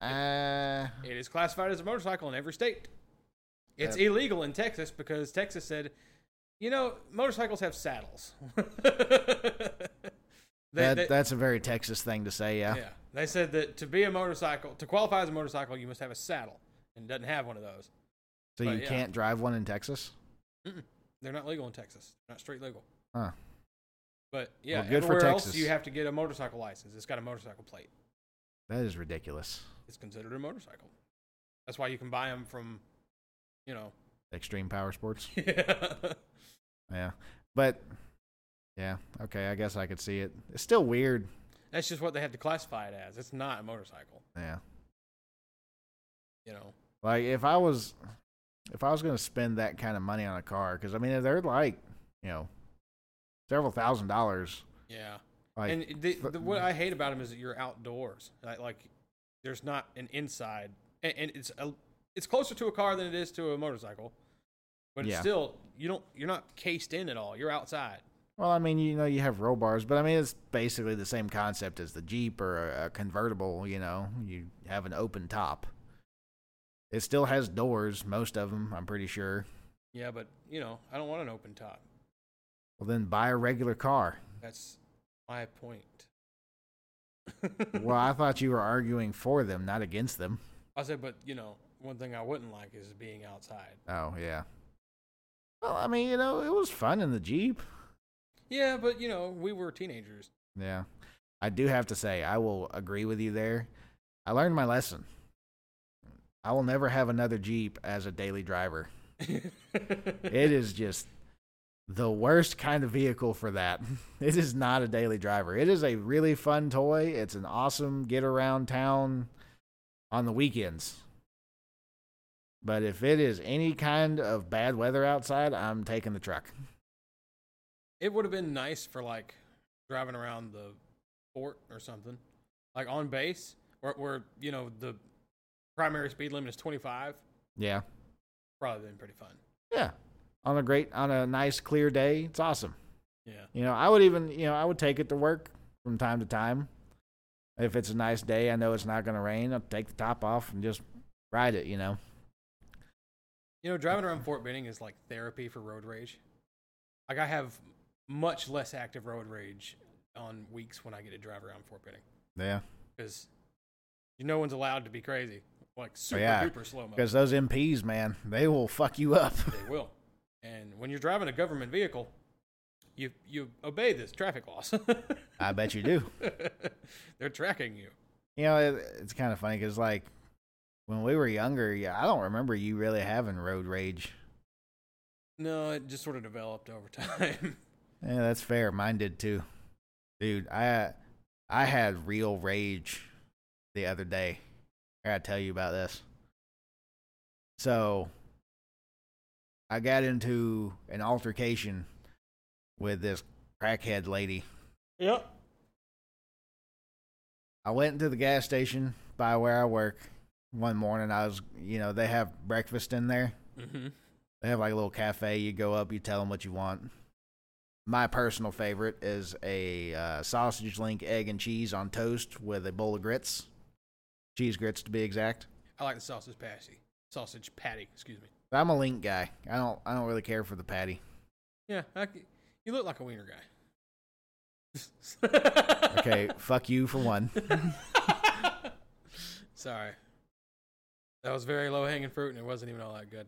Uh It is classified as a motorcycle in every state. It's Yep. illegal in Texas because Texas said, you know, motorcycles have saddles. They- that, they- that's a very Texas thing to say, yeah. yeah, they said that to be a motorcycle, to qualify as a motorcycle, you must have a saddle, and it doesn't have one of those. So But you yeah. can't drive one in Texas? Mm-mm. They're not legal in Texas. They're not street legal. Huh. But yeah, Well, good for everywhere else Texas. you have to get a motorcycle license. It's got a motorcycle plate. That is ridiculous. It's considered a motorcycle. That's why you can buy them from, you know. Extreme power sports. Yeah. But yeah, okay, I guess I could see it. It's still weird. That's just what they have to classify it as. It's not a motorcycle, Yeah. you know. Like if I was if I was going to spend that kind of money on a car cuz I mean they're like, you know, several thousand dollars Yeah. like and the, th- the, what I hate about them is that you're outdoors. Like, like there's not an inside, and, and it's a, it's closer to a car than it is to a motorcycle, but it's Yeah. still you don't you're not cased in at all. You're outside. well, I mean, you know, you have roll bars, but I mean it's basically the same concept as the Jeep or a, a convertible, you know, you have an open top. It still has doors, most of them, I'm pretty sure. Yeah, but you know I don't want an open top. Well, then buy a regular car. That's my point. well, I thought you were arguing for them, not against them. I said, but you know one thing I wouldn't like is being outside. Oh, yeah. Well, I mean, you know, it was fun in the Jeep. Yeah, but you know we were teenagers. Yeah. I do have to say, I will agree with you there. I learned my lesson. I will never have another Jeep as a daily driver. It is just the worst kind of vehicle for that. It is not a daily driver. It is a really fun toy. It's an awesome get around town on the weekends. But if it is any kind of bad weather outside, I'm taking the truck. It would have been nice for like driving around the fort or something, like on base, where, where you know the primary speed limit is 25. Yeah. Probably been pretty fun. Yeah. On a great on a nice clear day, it's awesome. Yeah, You know, I would even, you know, I would take it to work from time to time. If it's a nice day, I know it's not going to rain. I'll take the top off and just ride it, you know. you know, driving around Fort Benning is like therapy for road rage. Like I have much less active road rage on weeks when I get to drive around Fort Benning Yeah. because no one's allowed to be crazy, like super yeah. duper slow mo. Because those MPs, man, they will fuck you up. They will. And when you're driving a government vehicle, you you obey this traffic laws. I bet you do. They're tracking you. You know, it, it's kind of funny because, like, when we were younger, yeah, I don't remember you really having road rage. No, it just sort of developed over time. Yeah, that's fair. Mine did too, dude. I I had real rage the other day. I gotta tell you about this. So I got into an altercation with this crackhead lady. yep. I went into the gas station by where I work one morning. I was, you know, they have breakfast in there. Mm-hmm. They have like a little cafe. You go up, you tell them what you want. My personal favorite is a uh, sausage link, egg, and cheese on toast with a bowl of grits. Cheese grits, to be exact. I like the sausage patty. Sausage patty, excuse me. I'm a link guy. I don't. I don't really care for the patty. Yeah, I c you look like a wiener guy. Okay, fuck you for one. Sorry. That was very low hanging fruit and it wasn't even all that good.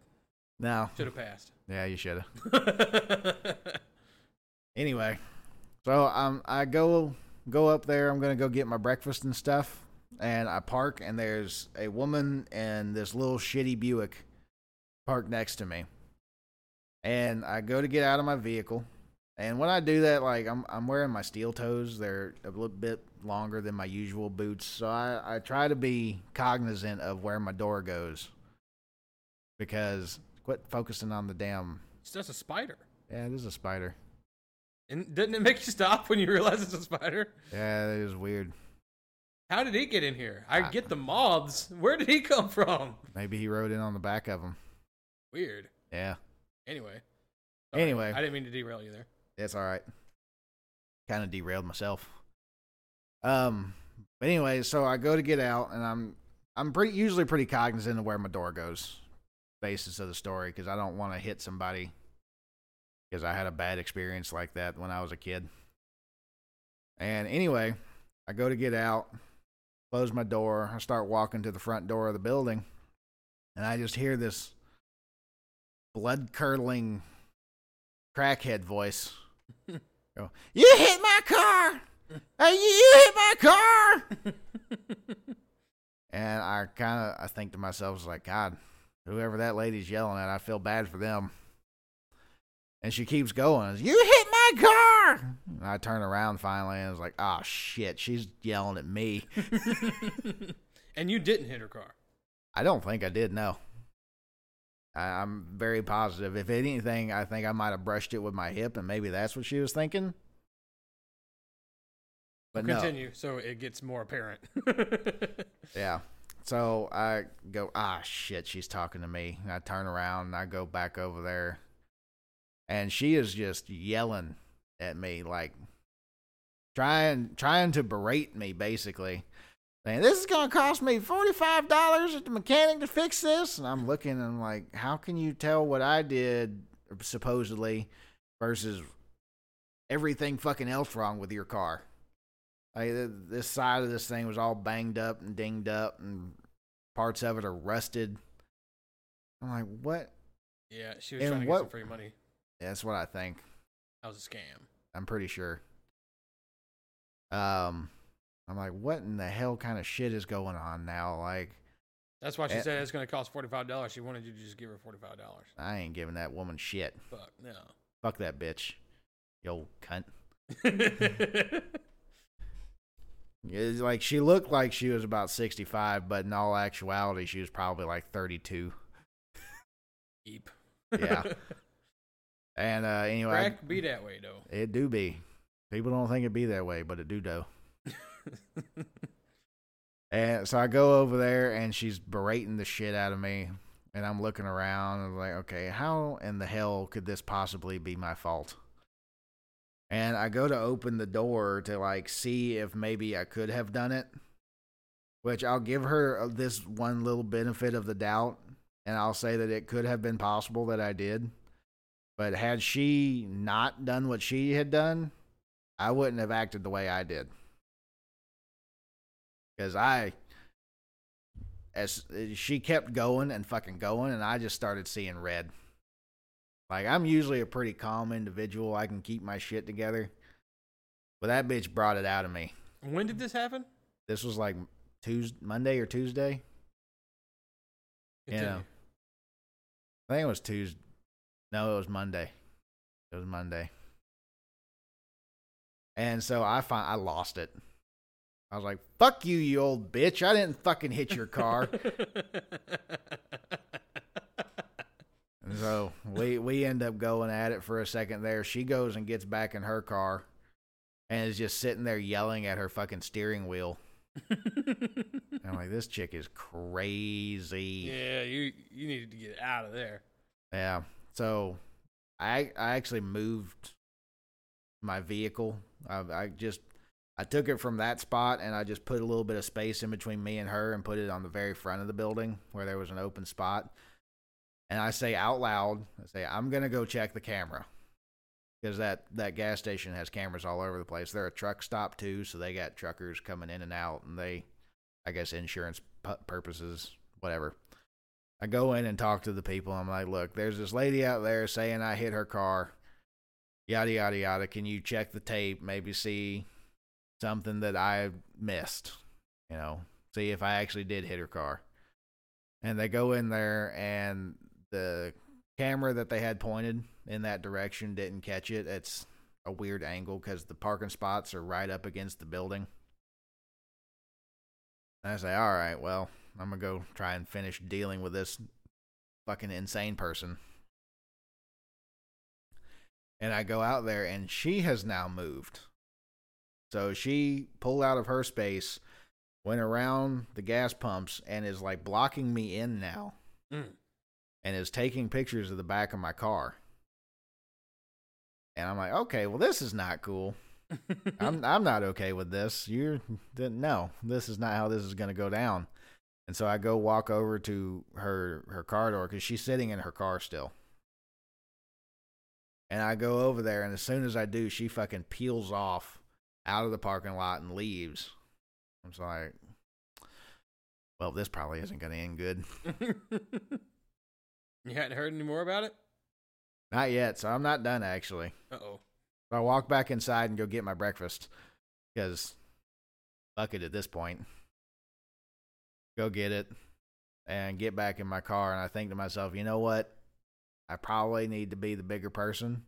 No. Should have passed. Yeah, you should have. Anyway, so um, I go go up there. I'm gonna go get my breakfast and stuff, and I park, and there's a woman and this little shitty Buick parked next to me, and I go to get out of my vehicle, and when I do that, like I'm I'm wearing my steel toes. They're a little bit longer than my usual boots, so I I try to be cognizant of where my door goes, because quit focusing on the damn It's just a spider. yeah, it is a spider. And doesn't it make you stop when you realize it's a spider? Yeah, that is weird. How did he get in here? I Ah. get the moths. Where did he come from? Maybe he rode in on the back of him. Weird. Yeah, Anyway. Anyway. I didn't mean to derail you there. that's all right. Kind of derailed myself. Um, but anyway, so I go to get out, and I'm I'm pretty usually pretty cognizant of where my door goes. Basis of the story because I don't want to hit somebody because I had a bad experience like that when I was a kid. And anyway, I go to get out, close my door, I start walking to the front door of the building, and I just hear this blood curdling crackhead voice. go, you hit my car! Hey, you- you hit my car! And I kind of I think to myself, it's like, God, whoever that lady's yelling at, I feel bad for them. And she keeps going. You hit my car! And I turn around finally, and it's like, oh shit, she's yelling at me. and you didn't hit her car. I don't think I did. No, I, I'm very positive. If anything, I think I might have brushed it with my hip, and maybe that's what she was thinking. But no. Continue so it gets more apparent. Yeah. So I go, ah, shit, she's talking to me. And I turn around and I go back over there. And she is just yelling at me, like trying trying to berate me, basically. Saying, this is going to cost me $45 at the mechanic to fix this. And I'm looking and I'm like, how can you tell what I did, supposedly, versus everything fucking else wrong with your car? Like th- this side of this thing was all banged up and dinged up, and parts of it are rusted. I'm like, what? yeah, she was And trying to what- get some free money. That's what I think. That was a scam. I'm pretty sure. Um, I'm like, what in the hell kind of shit is going on now? Like, That's why she Eh. said it's going to cost $45. She wanted you to just give her $45. I ain't giving that woman shit. Fuck, no. Fuck that bitch, you old cunt. It's like she looked like she was about 65, but in all actuality, she was probably like 32. Eep. Yeah. And uh, anyway, I- Crack be that way, though. It do be. People don't think it be that way, but it do though. And so I go over there and she's berating the shit out of me. And I'm looking around and like, okay, how in the hell could this possibly be my fault? And I go to open the door to like see if maybe I could have done it, which I'll give her uh, this one little benefit of the doubt. And I'll say that it could have been possible that I did. But had she not done what she had done, I wouldn't have acted the way I did. Because I, as eh, she kept going and fucking going, and I just started seeing red. Like, I'm usually a pretty calm individual. I can keep my shit together. But that bitch brought it out of me. when did this happen? This was like Tuesday, Monday or Tuesday. Yeah. Continue. I think it was Tuesday. No, it was Monday. It was Monday. And so I find I lost it. I was like, "Fuck you, you old bitch! I didn't fucking hit your car." and so we we end up going at it for a second there. She goes and gets back in her car, and is just sitting there yelling at her fucking steering wheel. And I'm like, "This chick is crazy." yeah, you you needed to get out of there. Yeah. So I I actually moved my vehicle. I I just I took it from that spot and I just put a little bit of space in between me and her and put it on the very front of the building where there was an open spot. And I say out loud, I say I'm going to go check the camera. Cuz that that gas station has cameras all over the place. They're a truck stop too, so they got truckers coming in and out and they I guess insurance pu- purposes, whatever. I go in and talk to the people. I'm like, look, there's this lady out there saying I hit her car. Yada, yada, yada. Can you check the tape? Maybe see something that I missed. You know, see if I actually did hit her car. And they go in there, and the camera that they had pointed in that direction didn't catch it. It's a weird angle because the parking spots are right up against the building. And I say, all right, well, I'm gonna go try and finish dealing with this fucking insane person. and I go out there, and she has now moved. So she pulled out of her space, went around the gas pumps, and is like blocking me in now, Mm. and is taking pictures of the back of my car. And I'm like, okay, well, this is not cool. I'm I'm not okay with this. You're th- no, this is not how this is going to go down. And so I go walk over to her her car door because she's sitting in her car still. And I go over there, and as soon as I do, she fucking peels off out of the parking lot and leaves. I'm just like, well, this probably isn't going to end good. you hadn't heard any more about it? Not yet, so I'm not done actually. Uh oh. I walk back inside and go get my breakfast because fuck it at this point. Go get it and get back in my car. And I think to myself, you know what? I probably need to be the bigger person.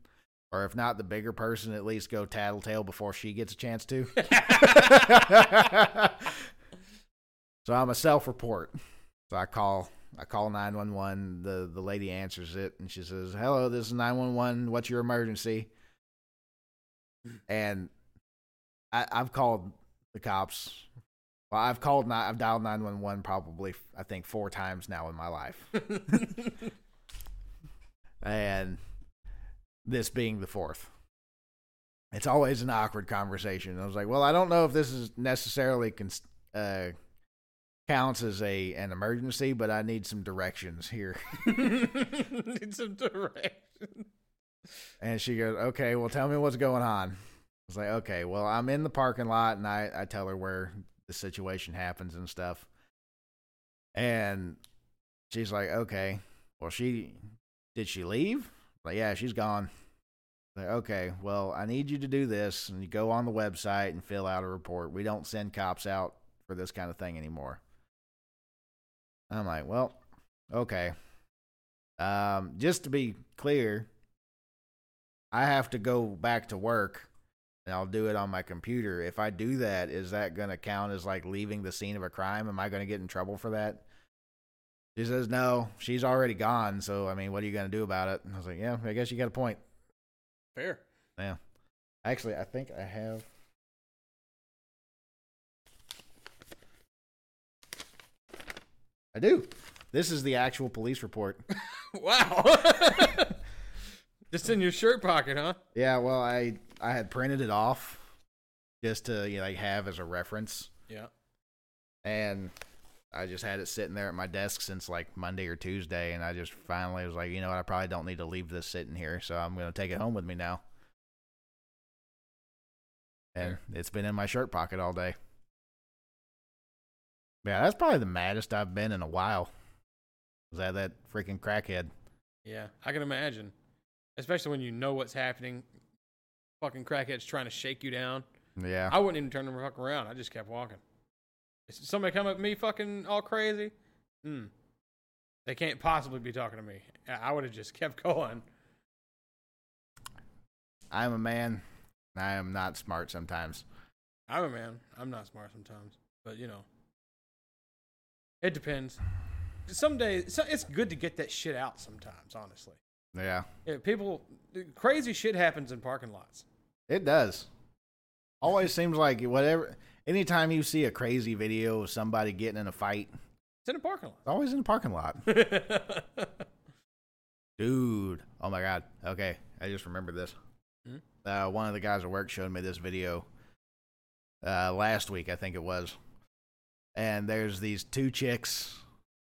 Or if not the bigger person, at least go tattletale before she gets a chance to. so I'm a self report. So I call I call nine one one. The the lady answers it and she says, Hello, this is nine one one. What's your emergency? and I, I've called the cops. Well, I've called, ni- I've dialed nine one one probably, I think, four times now in my life, and this being the fourth. It's always an awkward conversation. I was like, well, I don't know if this is necessarily cons- uh, counts as a an emergency, but I need some directions here. Need some direction. And she goes, "Okay, well, tell me what's going on." I was like, "Okay, well, I'm in the parking lot, and I I tell her where the situation happens and stuff." And she's like, "Okay, well, she did she leave?" Like, yeah, she's gone. Like, okay, well, I need you to do this, and you go on the website and fill out a report. We don't send cops out for this kind of thing anymore. I'm like, well, okay. Um, just to be clear, I have to go back to work and I'll do it on my computer. If I do that, is that going to count as like leaving the scene of a crime? Am I going to get in trouble for that? She says, no, she's already gone. So, I mean, what are you going to do about it? And I was like, yeah, I guess you got a point. Fair. Actually, I think I have. I do. This is the actual police report. Wow. Just in your shirt pocket, huh? Yeah, well, I I had printed it off just to you know, like have as a reference, Yeah. and I just had it sitting there at my desk since like Monday or Tuesday, and I just finally was like, you know what, I probably don't need to leave this sitting here, so I'm gonna take it home with me now. And it's been in my shirt pocket all day. Yeah, that's probably the maddest I've been in a while. Was that that freaking crackhead? Yeah. I can imagine. Especially when you know what's happening. Fucking crackheads trying to shake you down. Yeah. I wouldn't even turn the fuck around. I just kept walking. If somebody come at me fucking all crazy, hmm. They can't possibly be talking to me. I would have just kept going. I'm a man. and I am not smart sometimes. I'm a man. I'm not smart sometimes, but you know, it depends. Some days, so it's good to get that shit out. Sometimes, honestly, Yeah. yeah, people crazy shit happens in parking lots. It does. Always seems like whatever. Anytime you see a crazy video of somebody getting in a fight, it's It's in a parking always in the parking lot. lot. Dude. Oh my God. Okay. I just remembered this. Hmm? Uh, one of the guys at work showed me this video uh, last week, I think it was. And there's these two chicks,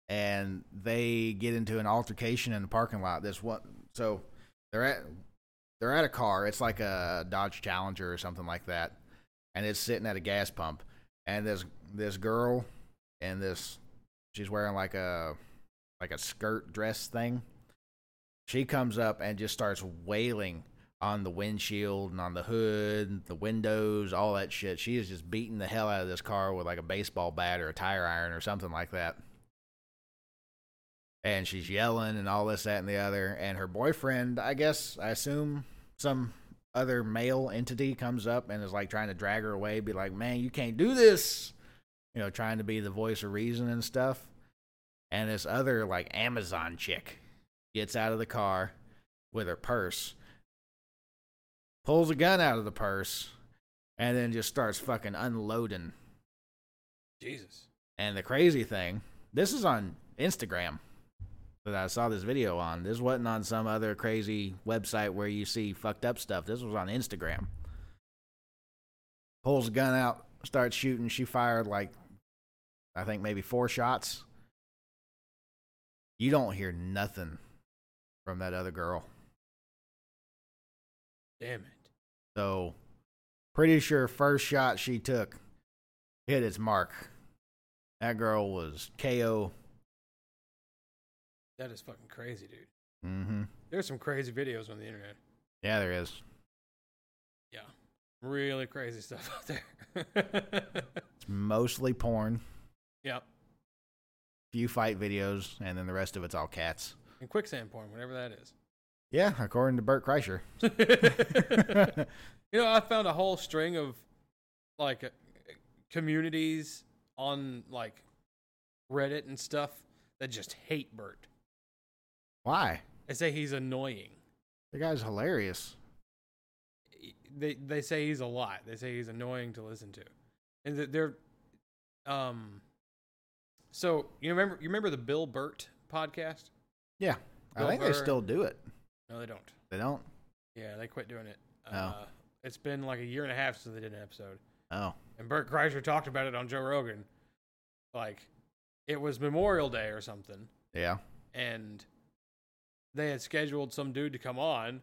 and they get into an altercation in the parking lot. This one, so they're at they're at a car. It's like a Dodge Challenger or something like that, and it's sitting at a gas pump. And this this girl and this she's wearing like a like a skirt dress thing. She comes up and just starts wailing on the windshield and on the hood, the windows, all that shit. She is just beating the hell out of this car with like a baseball bat or a tire iron or something like that. And she's yelling and all this, that, and the other. And her boyfriend, I guess, I assume some other male entity comes up and is like trying to drag her away, be like, man, you can't do this. You know, trying to be the voice of reason and stuff. And this other like Amazon chick gets out of the car with her purse pulls a gun out of the purse, and then just starts fucking unloading. Jesus. And the crazy thing, this is on Instagram that I saw this video on. This wasn't on some other crazy website where you see fucked up stuff. This was on Instagram. Pulls a gun out, starts shooting. She fired like, I think maybe four shots. You don't hear nothing from that other girl. Damn it. So, pretty sure first shot she took hit its mark. That girl was KO. That is fucking crazy, dude. Mm-hmm. There's some crazy videos on the internet. Yeah, there is. Yeah. Really crazy stuff out there. It's mostly porn, yep. few fight videos, and then the rest of it's all cats. And quicksand porn, whatever that is. Yeah, according to Bert Kreischer. You know, I found a whole string of like uh, communities on like Reddit and stuff that just hate Bert. Why? They say he's annoying. The guy's hilarious. They they say he's a lot. They say he's annoying to listen to, and that they're um. So you remember you remember the Bill Burt podcast? Yeah, I Bill think they Burr. still do it. No, they don't. They don't. Yeah, they quit doing it. Oh. Uh, it's been like a year and a half since they did an episode. Oh, and Bert Kreischer talked about it on Joe Rogan. Like it was Memorial Day or something, yeah. and they had scheduled some dude to come on.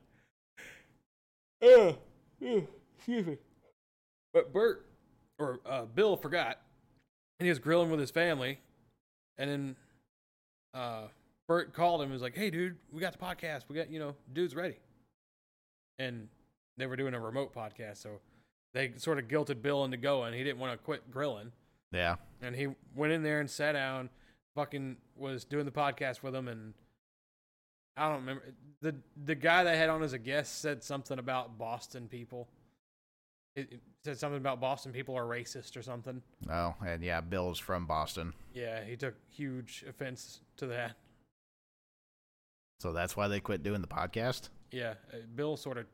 Uh, excuse me. But Bert or uh, Bill forgot, and he was grilling with his family, and then uh, Bert called him and was like, "Hey, dude, we got the podcast. We got you know, dude's ready." And they were doing a remote podcast, so they sort of guilted Bill into going. He didn't want to quit grilling, Yeah. and he went in there and sat down, fucking was doing the podcast with him, and I don't remember the the guy they had on as a guest said something about Boston people. It, it said something about Boston people are racist or something. Oh, and yeah, Bill's from Boston. Yeah, he took huge offense to that. So that's why they quit doing the podcast? Yeah, uh, Bill sort of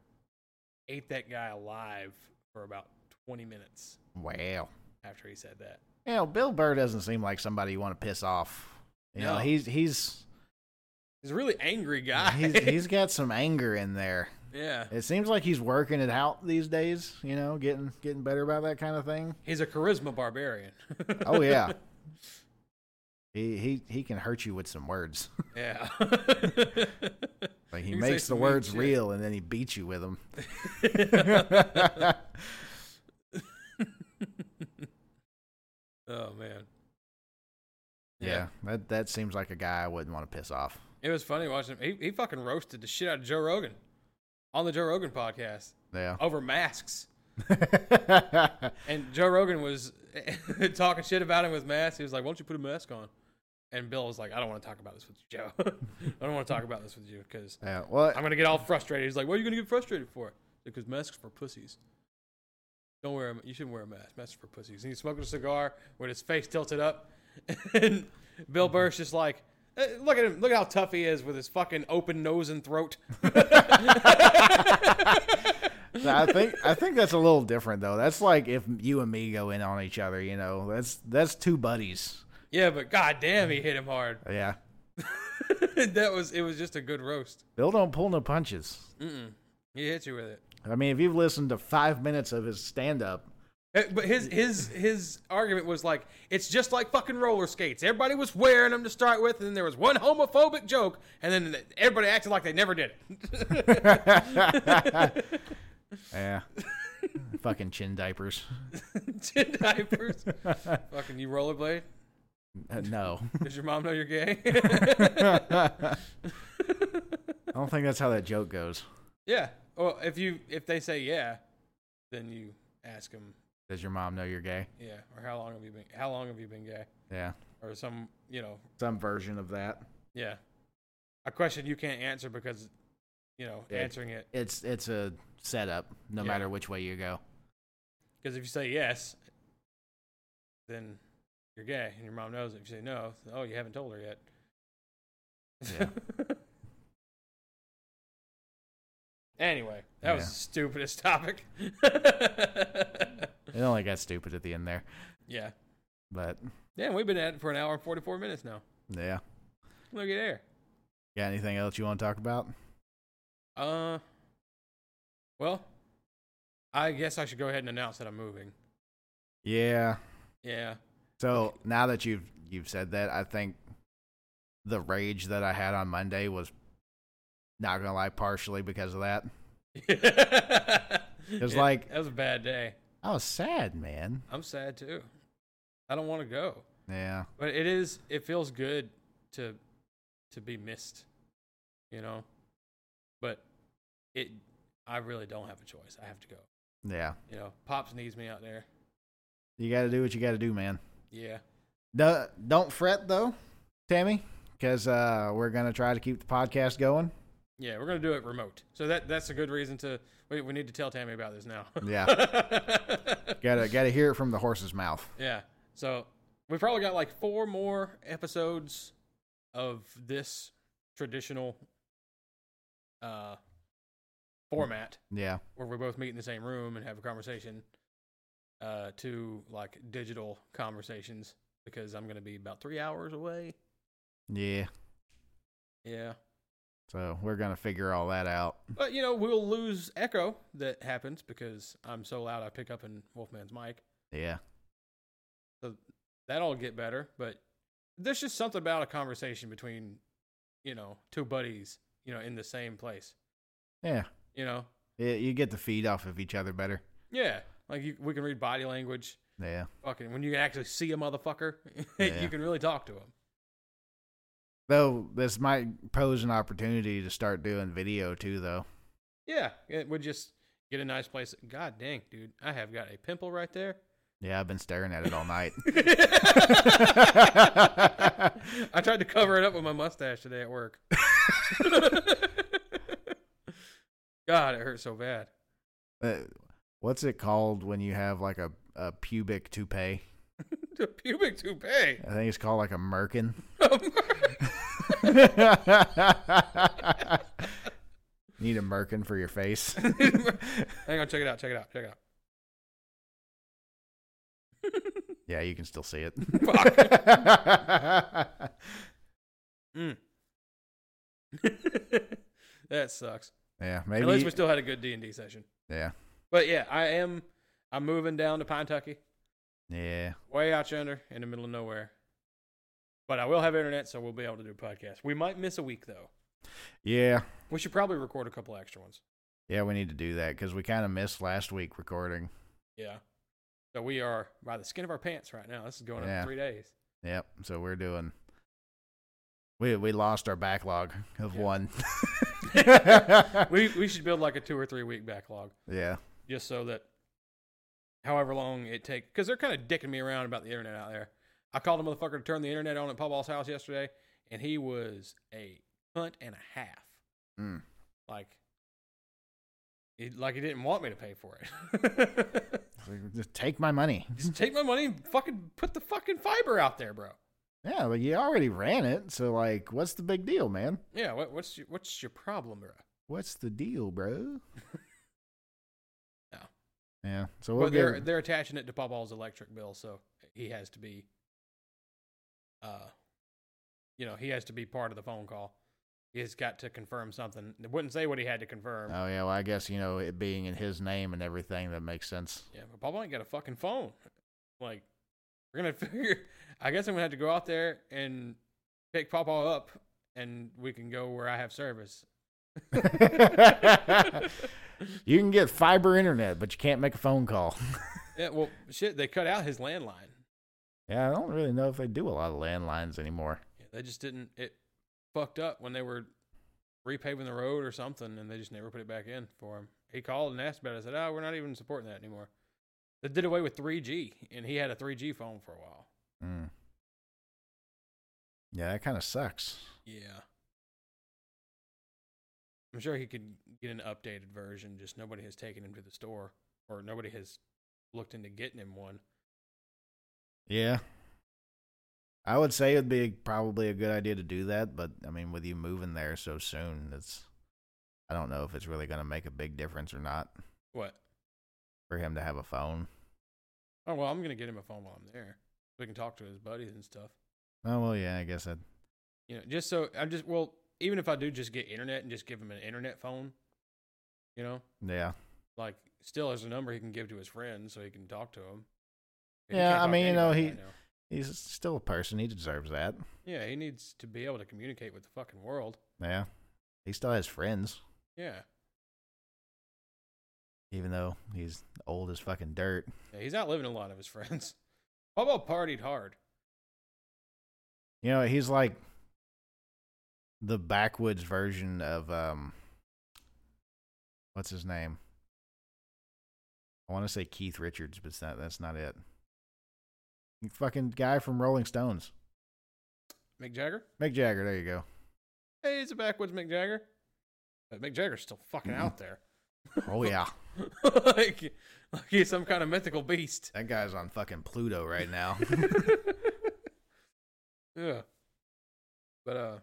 ate that guy alive for about twenty minutes Wow. after he said that. You know, Bill Burr doesn't seem like somebody you want to piss off. You know, No. he's he's He's a really angry guy. he's he's got some anger in there. yeah. It seems like he's working it out these days, you know, getting getting better about that kind of thing. He's a charisma barbarian. Oh yeah. he he he can hurt you with some words. yeah. Like he You can say makes the some mean words shit. real and then he beats you with them. oh man. yeah, that that seems like a guy I wouldn't want to piss off. It was funny watching him. He, he fucking roasted the shit out of Joe Rogan on the Joe Rogan podcast Yeah. over masks. Uh, And Joe Rogan was talking shit about him with masks. He was like, "Why don't you put a mask on?" And Bill was like, "I don't want to talk about this with you, Joe. I don't want to talk about this with you because yeah. Well, I'm gonna get all frustrated." He's like, "What are you gonna get frustrated for?" Because masks for pussies. Don't wear. A, you shouldn't wear a mask. Masks for pussies. And he's smoking a cigar with his face tilted up, and Bill Burr's just like, "Eh, "Look at him. Look at how tough he is with his fucking open nose and throat." I think I think that's a little different though. That's like if you and me go in on each other, you know. That's that's two buddies. yeah, but goddamn, he hit him hard. Yeah. that was. It was just a good roast. Bill don't pull no punches. He hit you with it. I mean, if you've listened to 5 minutes of his stand up, Uh, But his his his argument was like it's just like fucking roller skates. Everybody was wearing them to start with, and then there was one homophobic joke, and then everybody acted like they never did it. yeah. Fucking chin diapers. Chin diapers. fucking you rollerblade. Uh, no. Does your mom know you're gay? I don't think that's how that joke goes. yeah. Well, if you if they say yeah, then you ask them Does your mom know you're gay? yeah, or how long have you been how long have you been gay, Yeah. or some you know Some version of that. yeah, a question you can't answer because you know Yeah. answering it It's it's a setup no Yeah. matter which way you go. Because if you say yes, then you're gay and your mom knows it. If you say no, then, oh, you haven't told her yet. Yeah. Anyway, that was Yeah. the stupidest topic. It only got stupid at the end there, yeah. but Damn, we've been at it for an hour and 44 minutes now. yeah. Look at there. Got anything else you want to talk about? Uh, well, I guess I should go ahead and announce that I'm moving. Yeah. Yeah. So now that you've you've said that, I think the rage that I had on Monday was not gonna lie, partially because of that. it was like- that was a bad day. I was sad, man. I'm sad too. I don't want to go, Yeah. but it is. It feels good to to be missed, you know. But it, I really don't have a choice. I have to go. Yeah. You know, pops needs me out there. You gotta do what you gotta do, man. Yeah. No, don't fret though, Tammy, because uh, we're gonna try to keep the podcast going. Yeah, we're gonna do it remote. So that that's a good reason to. We we need to tell Tammy about this now. Yeah. Yeah. Gotta gotta hear it from the horse's mouth. yeah. So we've probably got like four more episodes of this traditional uh format Yeah. where we both meet in the same room and have a conversation uh to like digital conversations because I'm gonna be about three hours away. Yeah. Yeah. So we're gonna figure all that out. But you know, we'll lose echo that happens because I'm so loud I pick up in Wolfman's mic. Yeah. That'll get better, but there's just something about a conversation between, you know, two buddies, you know, in the same place. Yeah. You know? Yeah, you get to feed off of each other better. Yeah. Like you, we can read body language. Yeah. Fucking when you can actually see a motherfucker, Yeah. you can really talk to him. Though this might pose an opportunity to start doing video too, though. Yeah. It would just get a nice place. God dang, dude. I have got a pimple right there. Yeah, I've been staring at it all night. I tried to cover it up with my mustache today at work. God, it hurt so bad. Uh, What's it called when you have like a, a pubic toupee? The pubic toupee. I think it's called like a merkin. Need a merkin for your face. Hang on, check it out, check it out, check it out. yeah, you can still see it. Mm. that sucks. yeah, At least maybe. we still had a good D and D session. Yeah, But yeah, I am. I'm moving down to Kentucky, yeah, way out yonder, in the middle of nowhere. But I will have internet, so we'll be able to do a podcast. We might miss a week though. yeah, We should probably record a couple extra ones. yeah. We need to do that because we kind of missed last week recording. Yeah. So we are by the skin of our pants right now. This is going Yeah. up three days. Yep. So we're doing. We we lost our backlog of Yeah. one. We we should build like a two or three week backlog yeah. just so that however long it takes, because they're kind of dicking me around about the internet out there. I called a motherfucker to turn the internet on at Pawball's house yesterday, and he was a cunt and a half. Mm. Like, he, like he didn't want me to pay for it. Just take my money. just take my money and fucking put the fucking fiber out there, bro. Yeah, but you already ran it, so like, what's the big deal, man? Yeah, what, what's your, what's your problem, bro? What's the deal, bro? No. Yeah. So we'll but they're get. they're attaching it to Pawball's electric bill, so he has to be, uh, you know, he has to be part of the phone call. He's got to confirm something. It wouldn't say what he had to confirm. Oh yeah. Well, I guess you know it being in his name and everything that makes sense. Yeah, but Pawball ain't got a fucking phone. Like, we're gonna figure. I guess I'm gonna have to go out there and pick Pawpaw up, and we can go where I have service. you can get fiber internet, but you can't make a phone call. Yeah, well, shit, they cut out his landline. Yeah, I don't really know if they do a lot of landlines anymore. Yeah, they just didn't. It fucked up when they were repaving the road or something, and they just never put it back in for him. He called and asked about it. I said, "Oh, we're not even supporting that anymore." They did away with 3G, and he had a 3G phone for a while. Mm. Yeah, that kind of sucks. Yeah, I'm sure he could get an updated version. Just nobody has taken him to the store, or nobody has looked into getting him one. Yeah. I would say it'd be probably a good idea to do that, but I mean, with you moving there so soon, it's. I I don't know if it's really going to make a big difference or not What? for him to have a phone. Oh well, I'm gonna get him a phone while I'm there. We can talk to his buddies and stuff. Oh well, yeah, I guess that. You know, just so I'm just well, even if I do just get internet and just give him an internet phone, you know, Yeah, like still has a number he can give to his friends so he can talk to him. Yeah, I mean, you know, he- he's still a person. He deserves that. Yeah, he needs to be able to communicate with the fucking world. Yeah, he still has friends, Yeah. even though he's old as fucking dirt. yeah he's not living a lot of his friends. Bobo partied hard. You know, he's like the backwoods version of um, what's his name? I want to say Keith Richards, but it's not, that's not it. The fucking guy from Rolling Stones, Mick Jagger? Mick Jagger. There you go. Hey, he's a backwoods Mick Jagger. But Mick Jagger's still fucking out there. Oh yeah, like, like he's some kind of mythical beast. that guy's on fucking Pluto right now. yeah. But uh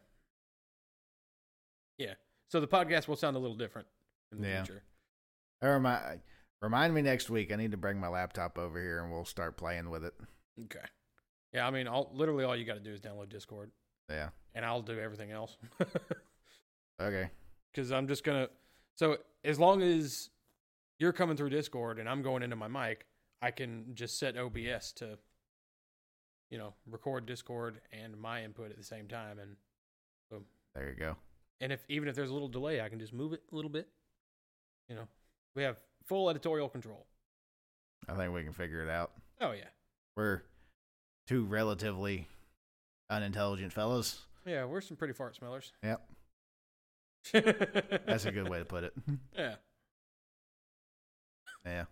Yeah. So the podcast will sound a little different in the Yeah. future. Or remind, remind me next week. I need to bring my laptop over here and we'll start playing with it. Okay. Yeah, I mean all literally all you gotta do is download Discord Yeah. and I'll do everything else. Okay. Cause I'm just gonna so as long as you're coming through Discord and I'm going into my mic, I can just set OBS to you know, record Discord and my input at the same time and There you go. and if even if there's a little delay, I can just move it a little bit. You know, we have full editorial control. I think we can figure it out. Oh yeah, We're two relatively unintelligent fellows. yeah, we're some pretty fart smellers. Yep. That's a good way to put it. yeah, Yeah.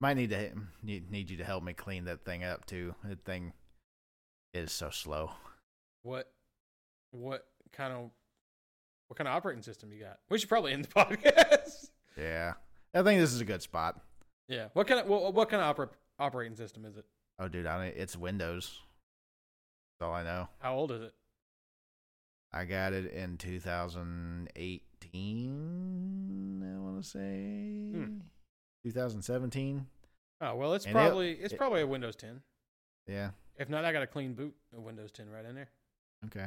Might need to need need you to help me clean that thing up too. That thing is so slow. what, what kind of, what kind of operating system you got? We should probably end the podcast. Yeah. I think this is a good spot. yeah, what kind of what, what kind of oper- operating system is it? Oh, dude, I don't- it's Windows. That's all I know. How old is it? I got it in 2018. I want to say 2017. Oh well, it's And it- probably it's it- probably a Windows 10. Yeah. If not, I got a clean boot of Windows 10 right in there. Okay.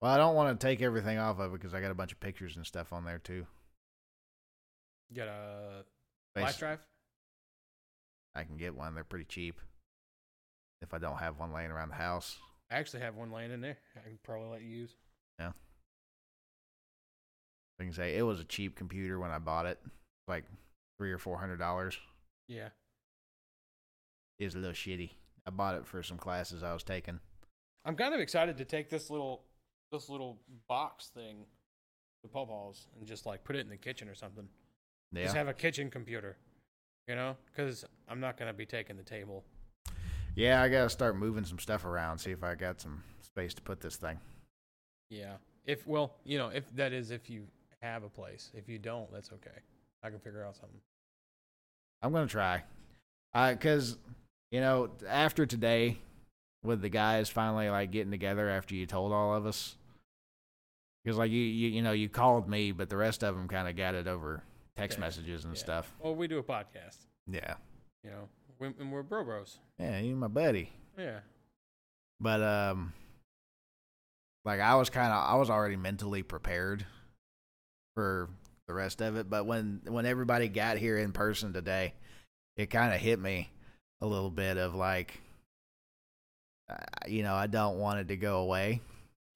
Well, I don't want to take everything off of it because I got a bunch of pictures and stuff on there too. You got a flash Bas- drive? I can get one. They're pretty cheap. If I don't have one laying around the house. I actually have one laying in there. I can probably let you use. I can say it was a cheap computer when I bought it, like three or four hundred dollars. Yeah. It was a little shitty. I bought it for some classes I was taking. I'm kind of excited to take this little this little box thing to pub halls and just like put it in the kitchen or something. Yeah. Just have a kitchen computer, you know, because I'm not gonna be taking the table. yeah, I gotta start moving some stuff around. See if I got some space to put this thing. Yeah. If well, you know, if that is if you have a place. If you don't, that's okay. I can figure out something. I'm gonna try, because you know after today, with the guys finally like getting together after you told all of us, because like you, you you know you called me, but the rest of them kind of got it over text Yeah. messages and Yeah. stuff. Well, we do a podcast, Yeah, you know, we, and we're bro bros. yeah, you my buddy, Yeah. but um, like I was kind of I was already mentally prepared for the rest of it, but when when everybody got here in person today, it kind of hit me a little bit of like uh, you know i don't want it to go away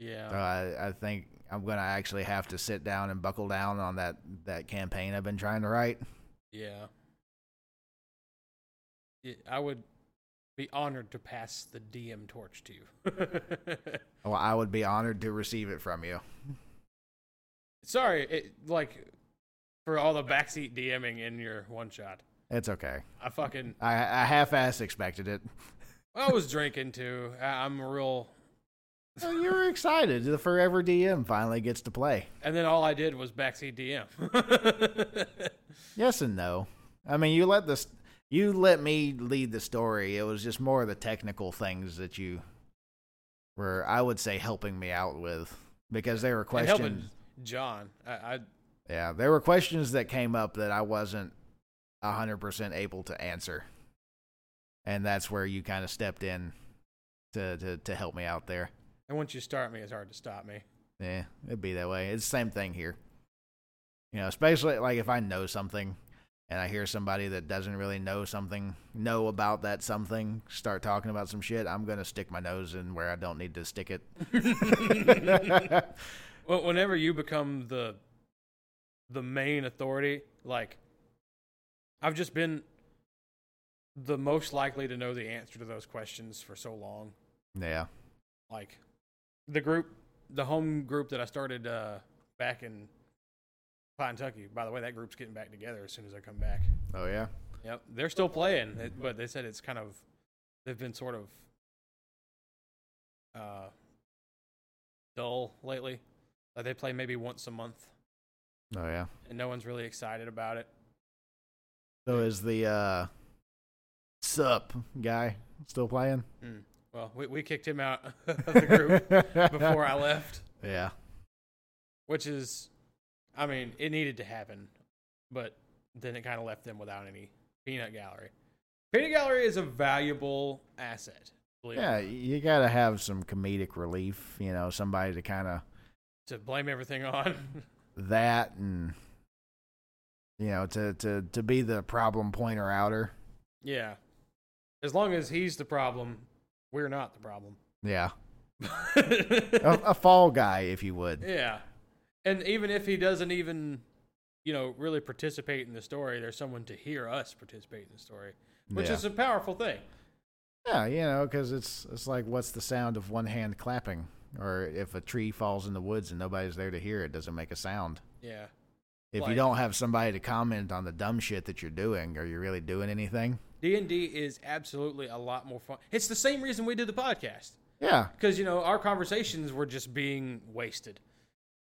Yeah. so I, I think i'm gonna actually have to sit down and buckle down on that that campaign i've been trying to write Yeah. Yeah, I would be honored to pass the DM torch to you. well i would be honored to receive it from you Sorry, it, like for all the backseat DMing in your one shot. it's okay I fucking i i half-ass expected it I was drinking too. I, I'm real, so you were excited the forever dm finally gets to play and then all I did was backseat DM. yes and no i mean you let this you let me lead the story it was just more of the technical things that you were i would say helping me out with because they were And questions helping John, I, I Yeah, there were questions that came up that I wasn't 100% able to answer. And that's where you kind of stepped in to, to, to help me out there. And once you start me, it's hard to stop me. Yeah, it'd be that way. It's the same thing here. You know, especially like if I know something and I hear somebody that doesn't really know something, know about that something, start talking about some shit, I'm going to stick my nose in where I don't need to stick it. Well, whenever you become the the main authority, like I've just been the most likely to know the answer to those questions for so long. yeah. Like the group, the home group that I started uh, back in Kentucky. By the way, that group's getting back together as soon as I come back. Oh, yeah. Yep, they're still playing, it- but they said it's kind of they've been sort of uh, dull lately. Like they play maybe once a month, Oh, yeah. and no one's really excited about it. So is the uh, sup guy still playing? Mm. Well, we we kicked him out of the group before I left, Yeah. which is, I mean, it needed to happen, but then it kind of left them without any peanut gallery. Peanut gallery is a valuable asset. believe it or Yeah, not. you got to have some comedic relief, you know, somebody to kind of To blame everything on. that and you know, to to to be the problem pointer outer. Yeah. As long as he's the problem, we're not the problem. Yeah. A, a fall guy if you would. yeah. And even if he doesn't even, you know, really participate in the story, there's someone to hear us participate in the story, which yeah. is a powerful thing. Yeah, you know, cuz it's it's like what's the sound of one hand clapping or if a tree falls in the woods and nobody's there to hear it doesn't make a sound. Yeah. If Like- you don't have somebody to comment on the dumb shit that you're doing, are you really doing anything? D&D is absolutely a lot more fun. It's the same reason we did the podcast Yeah. because, you know, our conversations were just being wasted.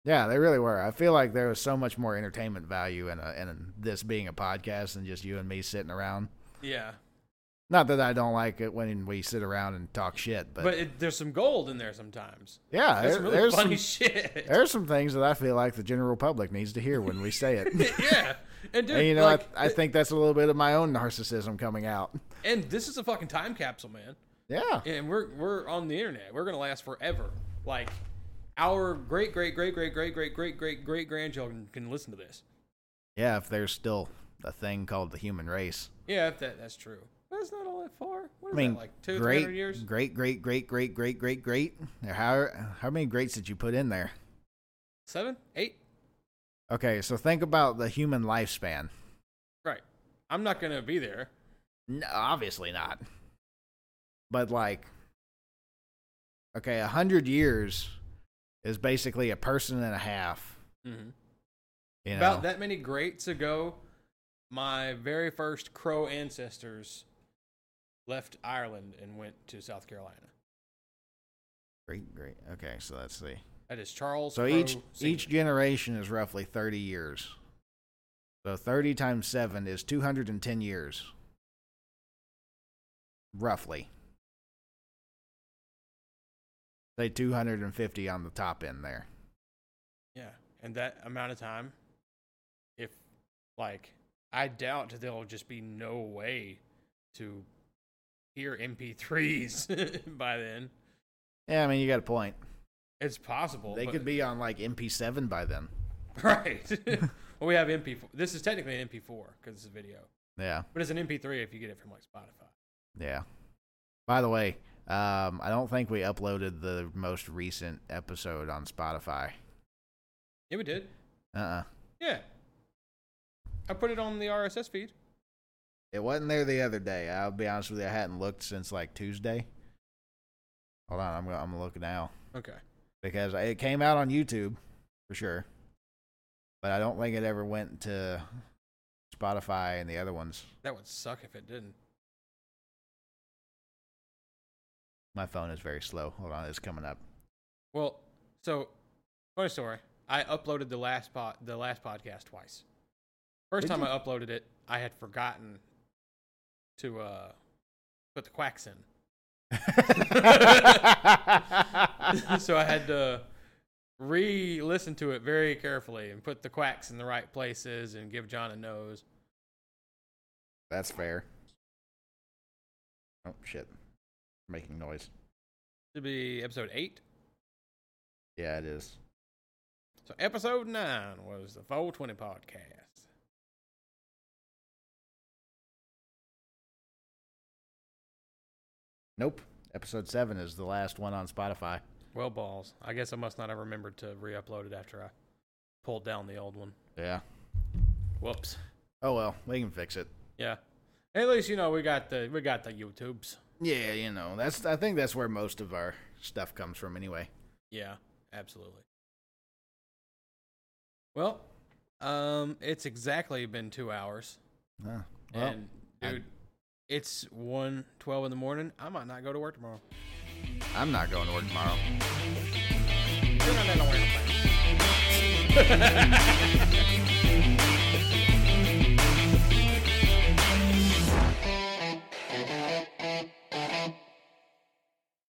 Yeah, they really were. I feel like there was so much more entertainment value in, a, in this being a podcast than just you and me sitting around. Yeah. Not that I don't like it when we sit around and talk shit, but, But it, there's some gold in there sometimes. There's yeah, there- some really there's funny some shit. there's some things that I feel like the general public needs to hear when we say it. yeah. And, dude, and you know, like, I, I think that's a little bit of my own narcissism coming out. And this is a fucking time capsule, man. Yeah, And we're we're on the internet. We're gonna last forever. Like our great great great great great great great great great grandchildren can listen to this. yeah. If there's still a thing called the human race, Yeah, if that that's true. That's not all that far. What I is mean, that like two three great, hundred years? great, great, great, great, great, great, great. How how many greats did you put in there? Seven, eight. Okay, so think about the human lifespan. Right. I'm not gonna be there. No, obviously not. But like, okay, a hundred years is basically a person and a half. Mm-hmm. You know, About that many greats ago, my very first Crow ancestors left Ireland and went to South Carolina. great, great. Okay, so let's see. That is Charles. So Crow each Sr. each generation is roughly thirty years. So thirty times seven is two hundred and ten years, roughly. Say two hundred and fifty on the top end there. Yeah, and that amount of time, if like I doubt there'll just be no way to hear MP3s by then. Yeah, I mean you got a point. It's possible They but- could be on like MP7 by then. right. well, we have MP4. This is technically an MP4 because it's a video, Yeah, but it's an MP3 if you get it from like Spotify. yeah. By the way, um, I don't think we uploaded the most recent episode on Spotify. Yeah, we did. Uh, uh Yeah, I put it on the RSS feed. it wasn't there the other day. I'll be honest with you, I hadn't looked since like Tuesday. Hold on, I'm gonna, I'm gonna look now Okay. because it came out on YouTube for sure, but I don't think it ever went to Spotify and the other ones. That would suck if it didn't. My phone is very slow. Hold on, it's coming up. Well, so funny story. I uploaded the last pod, the last podcast twice. First Did time you? I uploaded it, I had forgotten to uh, put the quacks in, so I had to re-listen to it very carefully and put the quacks in the right places and give John a nose. That's fair. Oh shit. Making noise. To be episode eight. Yeah, it is. So episode nine was the 420 podcast. Nope. Episode seven is the last one on Spotify. Well, balls. I guess I must not have remembered to re-upload it after I pulled down the old one. Yeah. Whoops. Oh well, we can fix it. Yeah. At least you know we got the we got the YouTubes. Yeah, you know that's. I think that's where most of our stuff comes from, anyway. Yeah, absolutely. Well, um, it's exactly been two hours, Huh. Well, and I- dude, it's one twelve in the morning. I might not go to work tomorrow. I'm not going to work tomorrow. You're not gonna wear a